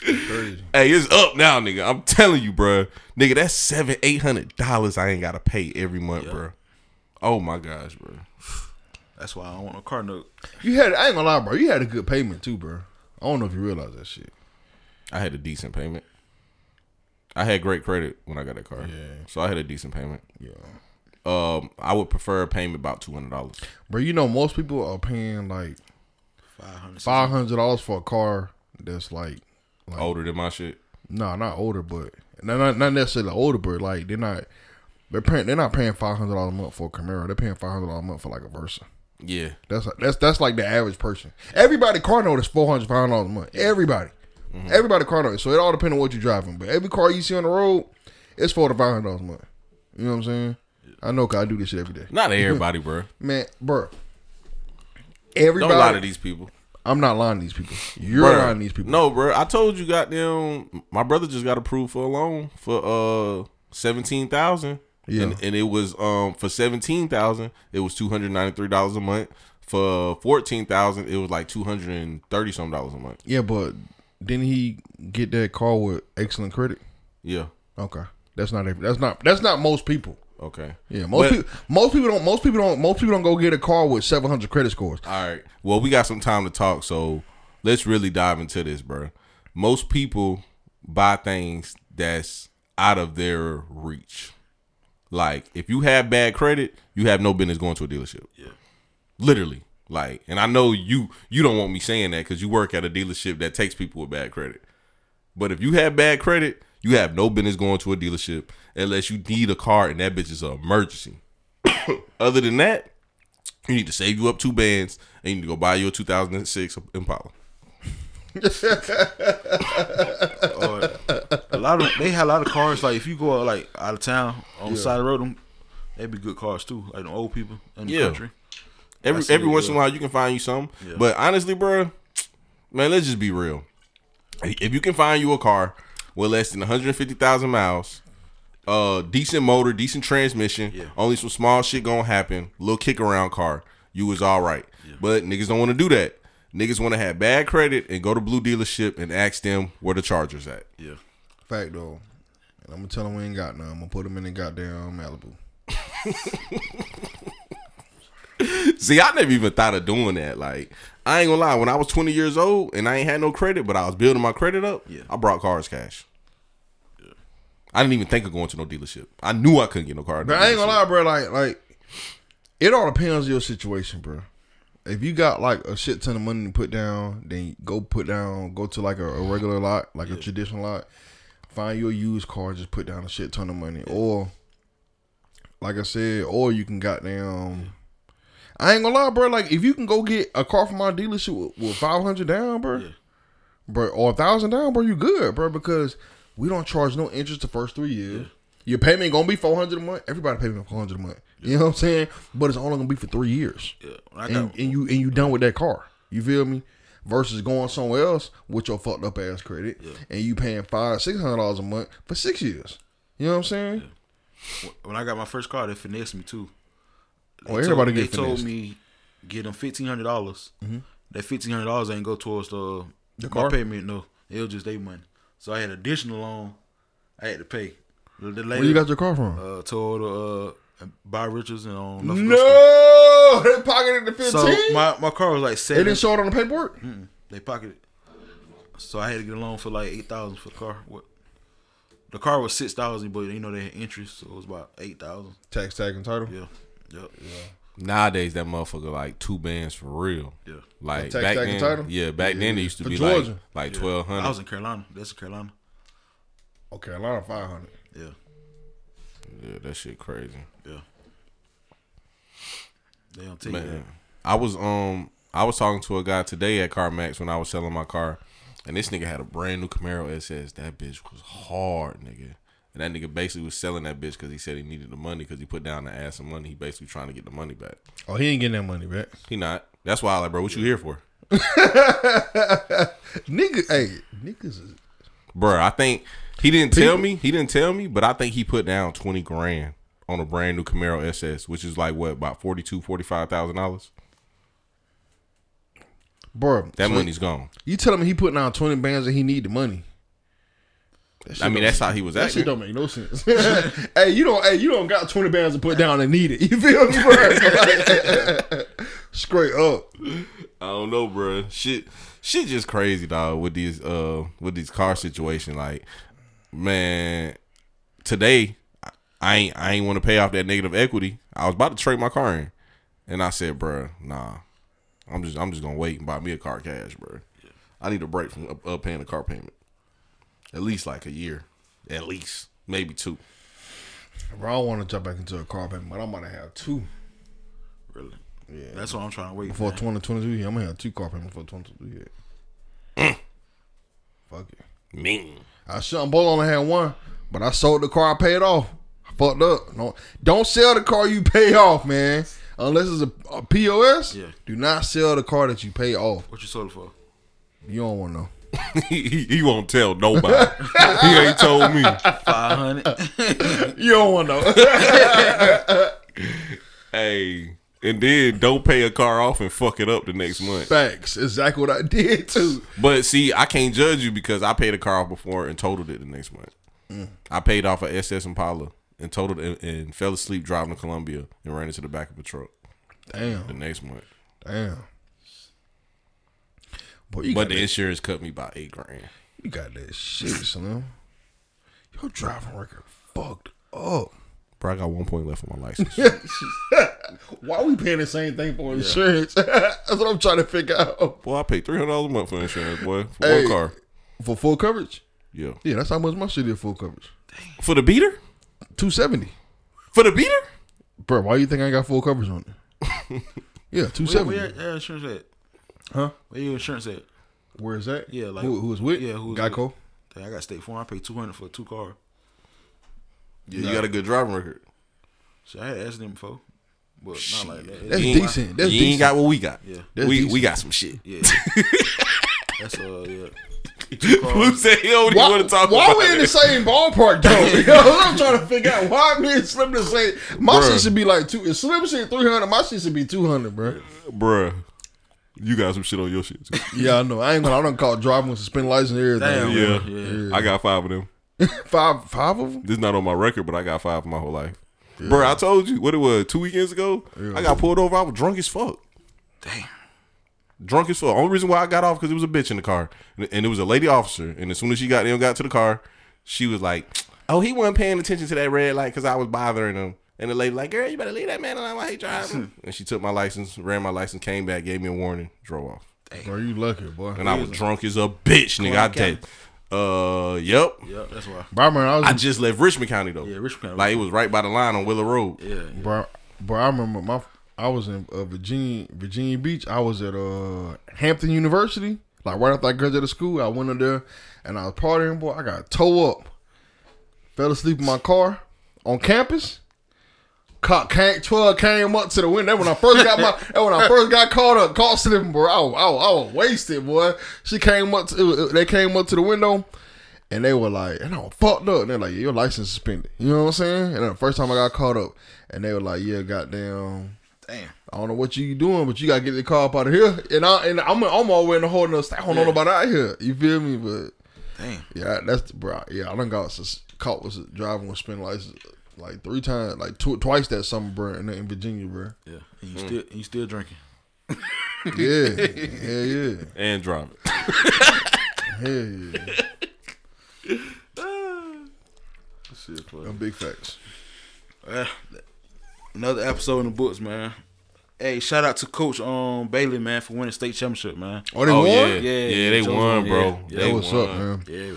Speaker 4: Crazy.
Speaker 3: Hey, it's up now, nigga. I'm telling you, bruh. Nigga, that's seven, eight hundred dollars I ain't gotta pay every month, bruh. Oh my gosh, bruh.
Speaker 2: That's why I don't want a car note.
Speaker 4: You had I ain't gonna lie, bro. You had a good payment too, bro. I don't know if you realize that shit.
Speaker 3: I had a decent payment. I had great credit when I got that car,
Speaker 4: Yeah.
Speaker 3: so I had a decent payment.
Speaker 4: Yeah.
Speaker 3: Um, I would prefer a payment about two hundred dollars.
Speaker 4: Bro, you know most people are paying like
Speaker 2: Five hundred.
Speaker 4: five hundred dollars for a car that's like
Speaker 3: Older than my shit.
Speaker 4: no, nah, not older, but not not- not necessarily older, but like they're not they're paying they're not paying five hundred dollars a month for a Camaro. They're paying five hundred dollars a month for like a Versa.
Speaker 3: Yeah,
Speaker 4: That's that's that's like the average person. Everybody car note is four hundred five dollars a month. Everybody,
Speaker 3: Mm-hmm.
Speaker 4: everybody car note. So it all depends on what you're driving. But every car you see on the road, it's four to five hundred dollars a month. You know what I'm saying? I know, cause I do this shit every day,
Speaker 3: not everybody, bruh.
Speaker 4: man, bro.
Speaker 3: Don't
Speaker 4: Everybody,
Speaker 3: lie to these people.
Speaker 4: I'm not lying to these people. You're
Speaker 3: Bruh,
Speaker 4: lying to these people.
Speaker 3: No, bruh. I told you, goddamn. My brother just got approved for a loan for uh seventeen thousand.
Speaker 4: Yeah.
Speaker 3: and, and it was um for seventeen thousand. It was two hundred ninety three dollars a month. For fourteen thousand, it was like two hundred and thirty some dollars a month.
Speaker 4: yeah, but didn't he get that car with excellent credit?
Speaker 3: Yeah.
Speaker 4: Okay, that's not every. That's not that's not most people.
Speaker 3: Okay.
Speaker 4: Yeah, most
Speaker 3: But-
Speaker 4: people. Most people don't. Most people don't. Most people don't go get a car with 700 credit scores.
Speaker 3: All right. Well, we got some time to talk, so let's really dive into this, bro. Most people buy things that's out of their reach. Like, if you have bad credit, you have no business going to a dealership. Yeah. Literally. Like, and I know you you don't want me saying that because you work at a dealership that takes people with bad credit. But if you have bad credit, you have no business going to a dealership unless you need a car and that bitch is an emergency. Other than that, you need to save you up two bands and you need to go buy your 2006 Impala.
Speaker 2: A lot of they had a lot of cars. Like if you go out, like out of town on the side of the road, them they be good cars too. Like the old people in the
Speaker 3: Yeah.
Speaker 2: country.
Speaker 3: Every
Speaker 2: see
Speaker 3: every
Speaker 2: it,
Speaker 3: once in
Speaker 2: yeah.
Speaker 3: a while you can find you some. But honestly, bro, man, let's just be real. If you can find you a car with less than 150,000 miles, uh decent motor, decent transmission, only some small shit going to happen, little kick around car, you was all right. But niggas don't want to do that. Niggas want to have bad credit and go to blue dealership and ask them where the chargers at.
Speaker 2: Yeah.
Speaker 4: Fact though, and I'm gonna tell them we ain't got none. I'm gonna put them in the goddamn Malibu.
Speaker 3: See, I never even thought of doing that. Like, I ain't gonna lie, when I was 20 years old and I ain't had no credit, but I was building my credit up,
Speaker 2: Yeah.
Speaker 3: I brought cars cash. I didn't even think of going to no dealership. I knew I couldn't get no car. at no
Speaker 4: But I ain't gonna
Speaker 3: dealership.
Speaker 4: lie, bro. Like, like it all depends on your situation, bro. If you got like a shit ton of money to put down, then go put down, go to like a, a regular lot, like a traditional lot. Find your used car, just put down a shit ton of money, or like I said, or you can goddamn. I ain't gonna lie, bro. Like if you can go get a car from my dealership with, with five hundred down, bro, bro, or a thousand down, bro, you good, bro, because we don't charge no interest the first three years. Your payment gonna be four hundred a month. Everybody payment four hundred a month. You know what I'm saying? But it's only gonna be for three years
Speaker 5: Yeah, when I got
Speaker 4: and, and you and you done with that car. You feel me? Versus going somewhere else with your fucked up ass credit and you paying five six hundred dollars a month for six years. You know what I'm saying?
Speaker 5: when I got my first car, they finessed me too.
Speaker 4: Oh, everybody
Speaker 5: told,
Speaker 4: get
Speaker 5: They told
Speaker 4: finessed. Mm-hmm.
Speaker 5: me get them fifteen hundred dollars. That fifteen hundred dollars ain't go towards the, the
Speaker 4: car?
Speaker 5: payment. No, it was just their money. So I had additional loan. I had to pay. The, the lady
Speaker 4: Where you got your car from?
Speaker 5: uh, Toyota uh, by Richards and on North Augusta.
Speaker 4: no, they pocketed the
Speaker 5: So
Speaker 4: fifteen.
Speaker 5: my, my car was like
Speaker 4: they
Speaker 5: seven.
Speaker 4: didn't show it on the paperwork.
Speaker 5: They pocketed. So I had to get a loan for like eight thousand for the car. What? The car was six thousand, but you know they had interest, so it was about eight thousand.
Speaker 4: Tax tag and title.
Speaker 5: Yeah, yep, yeah.
Speaker 3: Nowadays, that motherfucker like two bands for real.
Speaker 5: Yeah.
Speaker 3: Like
Speaker 4: Tax
Speaker 3: back
Speaker 4: tag
Speaker 3: then,
Speaker 4: and title?
Speaker 3: yeah, back then it used to
Speaker 4: For
Speaker 3: be
Speaker 4: Georgia.
Speaker 3: like like twelve
Speaker 5: I was
Speaker 3: hundred.
Speaker 5: in Carolina. That's Carolina.
Speaker 4: Okay, a lot of Oh, five hundred.
Speaker 5: Yeah,
Speaker 3: Yeah, that shit crazy.
Speaker 5: yeah. They don't take
Speaker 3: Man,
Speaker 5: that.
Speaker 3: I was um I was talking to a guy today at CarMax when I was selling my car, and this nigga had a brand new Camaro SS. That bitch was hard, nigga. And that nigga basically was selling that bitch because he said he needed the money because he put down the ass of money. He basically trying to get the money back.
Speaker 4: Oh, he ain't getting that money back.
Speaker 3: He not. That's why I like, bro. What you here for?
Speaker 4: Nigga, hey, niggas is
Speaker 3: Bruh, I think he didn't tell me. He didn't tell me, but I think he put down twenty grand on a brand new Camaro SS, which is like what about forty two, forty five thousand dollars.
Speaker 4: bro.
Speaker 3: That
Speaker 4: so
Speaker 3: money's gone.
Speaker 4: You telling me he putting out twenty bands and he need the money?
Speaker 3: I mean, that's how he was
Speaker 4: That shit
Speaker 3: acting.
Speaker 4: don't make no sense. hey, you don't. Hey, you don't got twenty bands to put down and need it. You feel me? bro? Straight up.
Speaker 3: I don't know, bruh. Shit, shit, just crazy, dog. With these, uh, with these car situation, like, man, today, I- I ain't, I ain't want to pay off that negative equity. I was about to trade my car in, and I said, bruh, nah, I'm just, I'm just gonna wait and buy me a car cash, bruh. I need a break from up, up paying the car payment, at least like a year, at least maybe two.
Speaker 4: Bro, I don't want to jump back into a car payment, but I'm gonna have two
Speaker 5: Really. Yeah. That's what I'm trying to wait
Speaker 4: before
Speaker 5: for.
Speaker 4: twenty twenty two. Yeah, I'm gonna have two car payments before twenty twenty two. Yeah. Fuck it.
Speaker 3: Man,
Speaker 4: I should. I'm both only had one, but I sold the car. I paid off. I fucked up. No, don't sell the car you pay off, man. Unless it's a, a POS.
Speaker 5: Yeah.
Speaker 4: Do not sell the car that you pay off.
Speaker 5: What you sold it for?
Speaker 4: You don't want to know.
Speaker 3: he, he- he won't tell nobody. he ain't told me.
Speaker 5: Five hundred.
Speaker 4: You don't want to know.
Speaker 3: Hey, and then don't pay a car off and fuck it up the next month.
Speaker 4: Facts. Exactly what I did too.
Speaker 3: But see, I can't judge you because I paid a car off before and totaled it the next month. I paid off a SS Impala and totaled it and fell asleep driving to Columbia and ran into the back of a truck the
Speaker 4: Damn.
Speaker 3: next month.
Speaker 4: Damn. Boy, you,
Speaker 3: But
Speaker 4: got
Speaker 3: the
Speaker 4: that,
Speaker 3: insurance cut me by eight grand.
Speaker 4: you got that shit, Slim. Your driving record fucked up.
Speaker 3: Bro, I got one point left on my license.
Speaker 4: Why we paying the same thing for insurance? That's what I'm trying to figure out.
Speaker 3: boy, I paid three hundred dollars a month for insurance, boy, for
Speaker 4: Hey.
Speaker 3: one car.
Speaker 4: For full coverage?
Speaker 3: Yeah,
Speaker 4: Yeah, that's how much my shit is full coverage.
Speaker 3: for the beater,
Speaker 4: 270.
Speaker 3: for the beater.
Speaker 4: Bro, why you think I ain't got full coverage on it? yeah,
Speaker 5: Where,
Speaker 4: 270.
Speaker 5: where your uh, insurance at?
Speaker 4: Huh?
Speaker 5: Where your insurance at?
Speaker 4: Where is that?
Speaker 5: Yeah, like-
Speaker 4: who, who was with?
Speaker 5: yeah, who was
Speaker 4: Geico.
Speaker 5: Dang, I got State Farm. I paid two hundred for a two car.
Speaker 3: Yeah, you got a good driving record.
Speaker 5: So I had asked them before, but not like that.
Speaker 4: That's
Speaker 3: You ain't-
Speaker 4: decent. That's
Speaker 3: you
Speaker 4: decent.
Speaker 3: ain't got what we got.
Speaker 5: Yeah.
Speaker 4: That's
Speaker 3: we we
Speaker 4: decent.
Speaker 3: got some shit.
Speaker 5: yeah. That's uh yeah.
Speaker 3: Blue said he don't
Speaker 4: Why,
Speaker 3: even want to talk
Speaker 4: why
Speaker 3: about
Speaker 4: we in the
Speaker 3: it.
Speaker 4: same ballpark though? you know, what I'm trying to figure out why me and Slim the same. My
Speaker 3: Bruh.
Speaker 4: shit should be like two. If Slim shit 300, my shit should be 200, bro.
Speaker 3: Bruh, you got some shit on your shit too.
Speaker 4: Yeah, I know. I ain't gonna. I don't call driving with suspended license and
Speaker 5: Damn.
Speaker 4: everything.
Speaker 3: yeah.
Speaker 5: Yeah.
Speaker 3: I got five of them.
Speaker 4: Five, five of them.
Speaker 3: This not on my record, but I got five my whole life. Bruh, I told you what it was two weekends ago. I got pulled over. I was drunk as fuck.
Speaker 5: Damn.
Speaker 3: Drunk as fuck. Only reason why I got off because it was a bitch in the car, and, and it was a lady officer. And as soon as she got in, got to the car, she was like, "Oh, he wasn't paying attention to that red light because I was bothering him." And the lady like, "Girl, you better leave that man alone while he driving." and she took my license, ran my license, came back, gave me a warning, drove off.
Speaker 4: Bro, you lucky, boy.
Speaker 3: And I was drunk as a bitch, nigga. I
Speaker 5: Clark
Speaker 3: did. Uh, yep.
Speaker 5: Yeah, that's why.
Speaker 4: Bro, I remember I was
Speaker 3: I just left Richmond County though.
Speaker 5: Yeah, Richmond County.
Speaker 3: Like it was right by the line on Willow Road.
Speaker 5: Yeah,
Speaker 4: Bro, bro, I remember my I was in uh, Virginia Virginia Beach. I was at uh Hampton University. Like right after I graduated school, I went in there and I was partying. Boy, I got toe up. Fell asleep in my car on campus. Cop came, twelve came up to the window. That when I first got my, that when I first got caught up, caught slipping, bro. I, was- I, was- I was wasted, boy. She came up to, they came up to the window. And they were like, and I was fucked up. And they're like, yeah, your license suspended. You know what I'm saying? And then the first time I got caught up, and they were like, yeah, goddamn.
Speaker 5: damn.
Speaker 4: I don't know what you doing, but you gotta get the car up out of here. And I and I'm I'm already in the whole nother state. I don't know nobody out here. You feel me? But
Speaker 5: Damn.
Speaker 4: yeah, that's the bro. Yeah, I done got sus- caught with driving with spin license like three times, like two, twice that summer, bro, in, in Virginia, bro.
Speaker 5: Yeah, and you still and you still drinking.
Speaker 4: Yeah, yeah, yeah,
Speaker 3: And drop it.
Speaker 4: hell yeah.
Speaker 5: Shit, play.
Speaker 4: Them big facts.
Speaker 5: Yeah. Eh, Another episode in the books, man. Hey, shout out to Coach um Bailey, man, for winning state championship, man.
Speaker 4: Oh, they
Speaker 3: oh
Speaker 4: won.
Speaker 3: yeah. yeah,
Speaker 4: Yeah,
Speaker 5: Yeah,
Speaker 3: They
Speaker 5: Jones
Speaker 3: won,
Speaker 5: won,
Speaker 3: bro.
Speaker 5: yeah.
Speaker 3: They
Speaker 4: what's
Speaker 3: won.
Speaker 4: up, man?
Speaker 5: Yeah.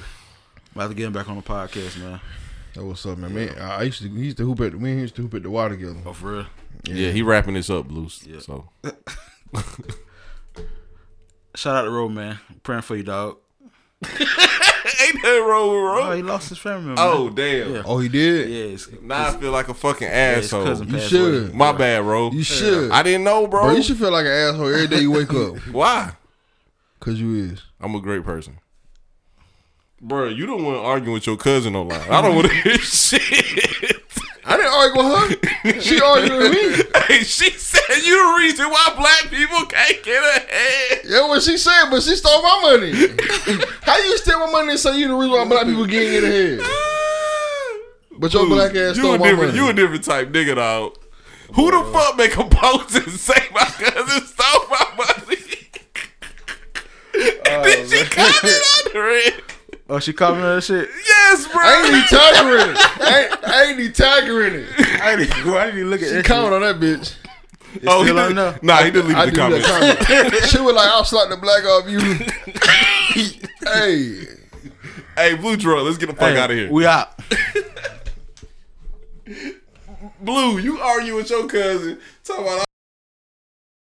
Speaker 5: About to get him back on the podcast, man.
Speaker 4: That what's up, man. Man, I I used to we used to hoop at the we used to hoop at the water together.
Speaker 5: Oh, for real.
Speaker 3: Yeah, he wrapping this up, loose. So
Speaker 5: Shout out to Ro, man. Praying for you, dog.
Speaker 3: ain't that roll
Speaker 5: Oh,
Speaker 3: roll?
Speaker 5: he lost his family member.
Speaker 3: Oh
Speaker 5: man.
Speaker 3: damn!
Speaker 5: Yeah.
Speaker 4: Oh, he did.
Speaker 5: yeah, it's, yeah,
Speaker 3: Now I feel like a fucking
Speaker 5: his cousin
Speaker 3: asshole.
Speaker 5: passed
Speaker 4: should.
Speaker 5: away.
Speaker 3: My bad, bro.
Speaker 4: You should.
Speaker 3: I didn't know, bro.
Speaker 4: Bro, you should feel like an asshole every day you wake up.
Speaker 3: Why?
Speaker 4: Cause you is.
Speaker 3: I'm a great person. Bro, you don't want to argue with your cousin online. I don't want to hear shit.
Speaker 4: I didn't argue with her. She argued with me.
Speaker 3: hey, she said you the reason why black people can't get ahead.
Speaker 4: Yeah, what she said, but she stole my money. How you steal my money and say you the reason why black people getting in the head? But your black ass
Speaker 3: you
Speaker 4: stole
Speaker 3: a
Speaker 4: my
Speaker 3: different,
Speaker 4: money.
Speaker 3: you a different type nigga, dog. Who the fuck make a post and say my cousin stole my money? and then she commented under it.
Speaker 5: Oh, she called me that shit.
Speaker 3: Yes, bro.
Speaker 4: I ain't even tagging it. I ain't, I ain't even tagging it.
Speaker 5: I didn't, I didn't look at
Speaker 4: She
Speaker 5: that
Speaker 4: comment on that bitch.
Speaker 3: oh,
Speaker 5: still
Speaker 3: he did,
Speaker 5: on there?
Speaker 3: nah, he didn't leave
Speaker 4: I
Speaker 3: the
Speaker 4: do that
Speaker 3: comments.
Speaker 4: comment. She was like, I'll slap the black off you. hey.
Speaker 3: Hey, Blue Drug, let's get the fuck
Speaker 5: Hey,
Speaker 3: out of here.
Speaker 5: We out.
Speaker 3: Blue, you argue with your cousin. Talking about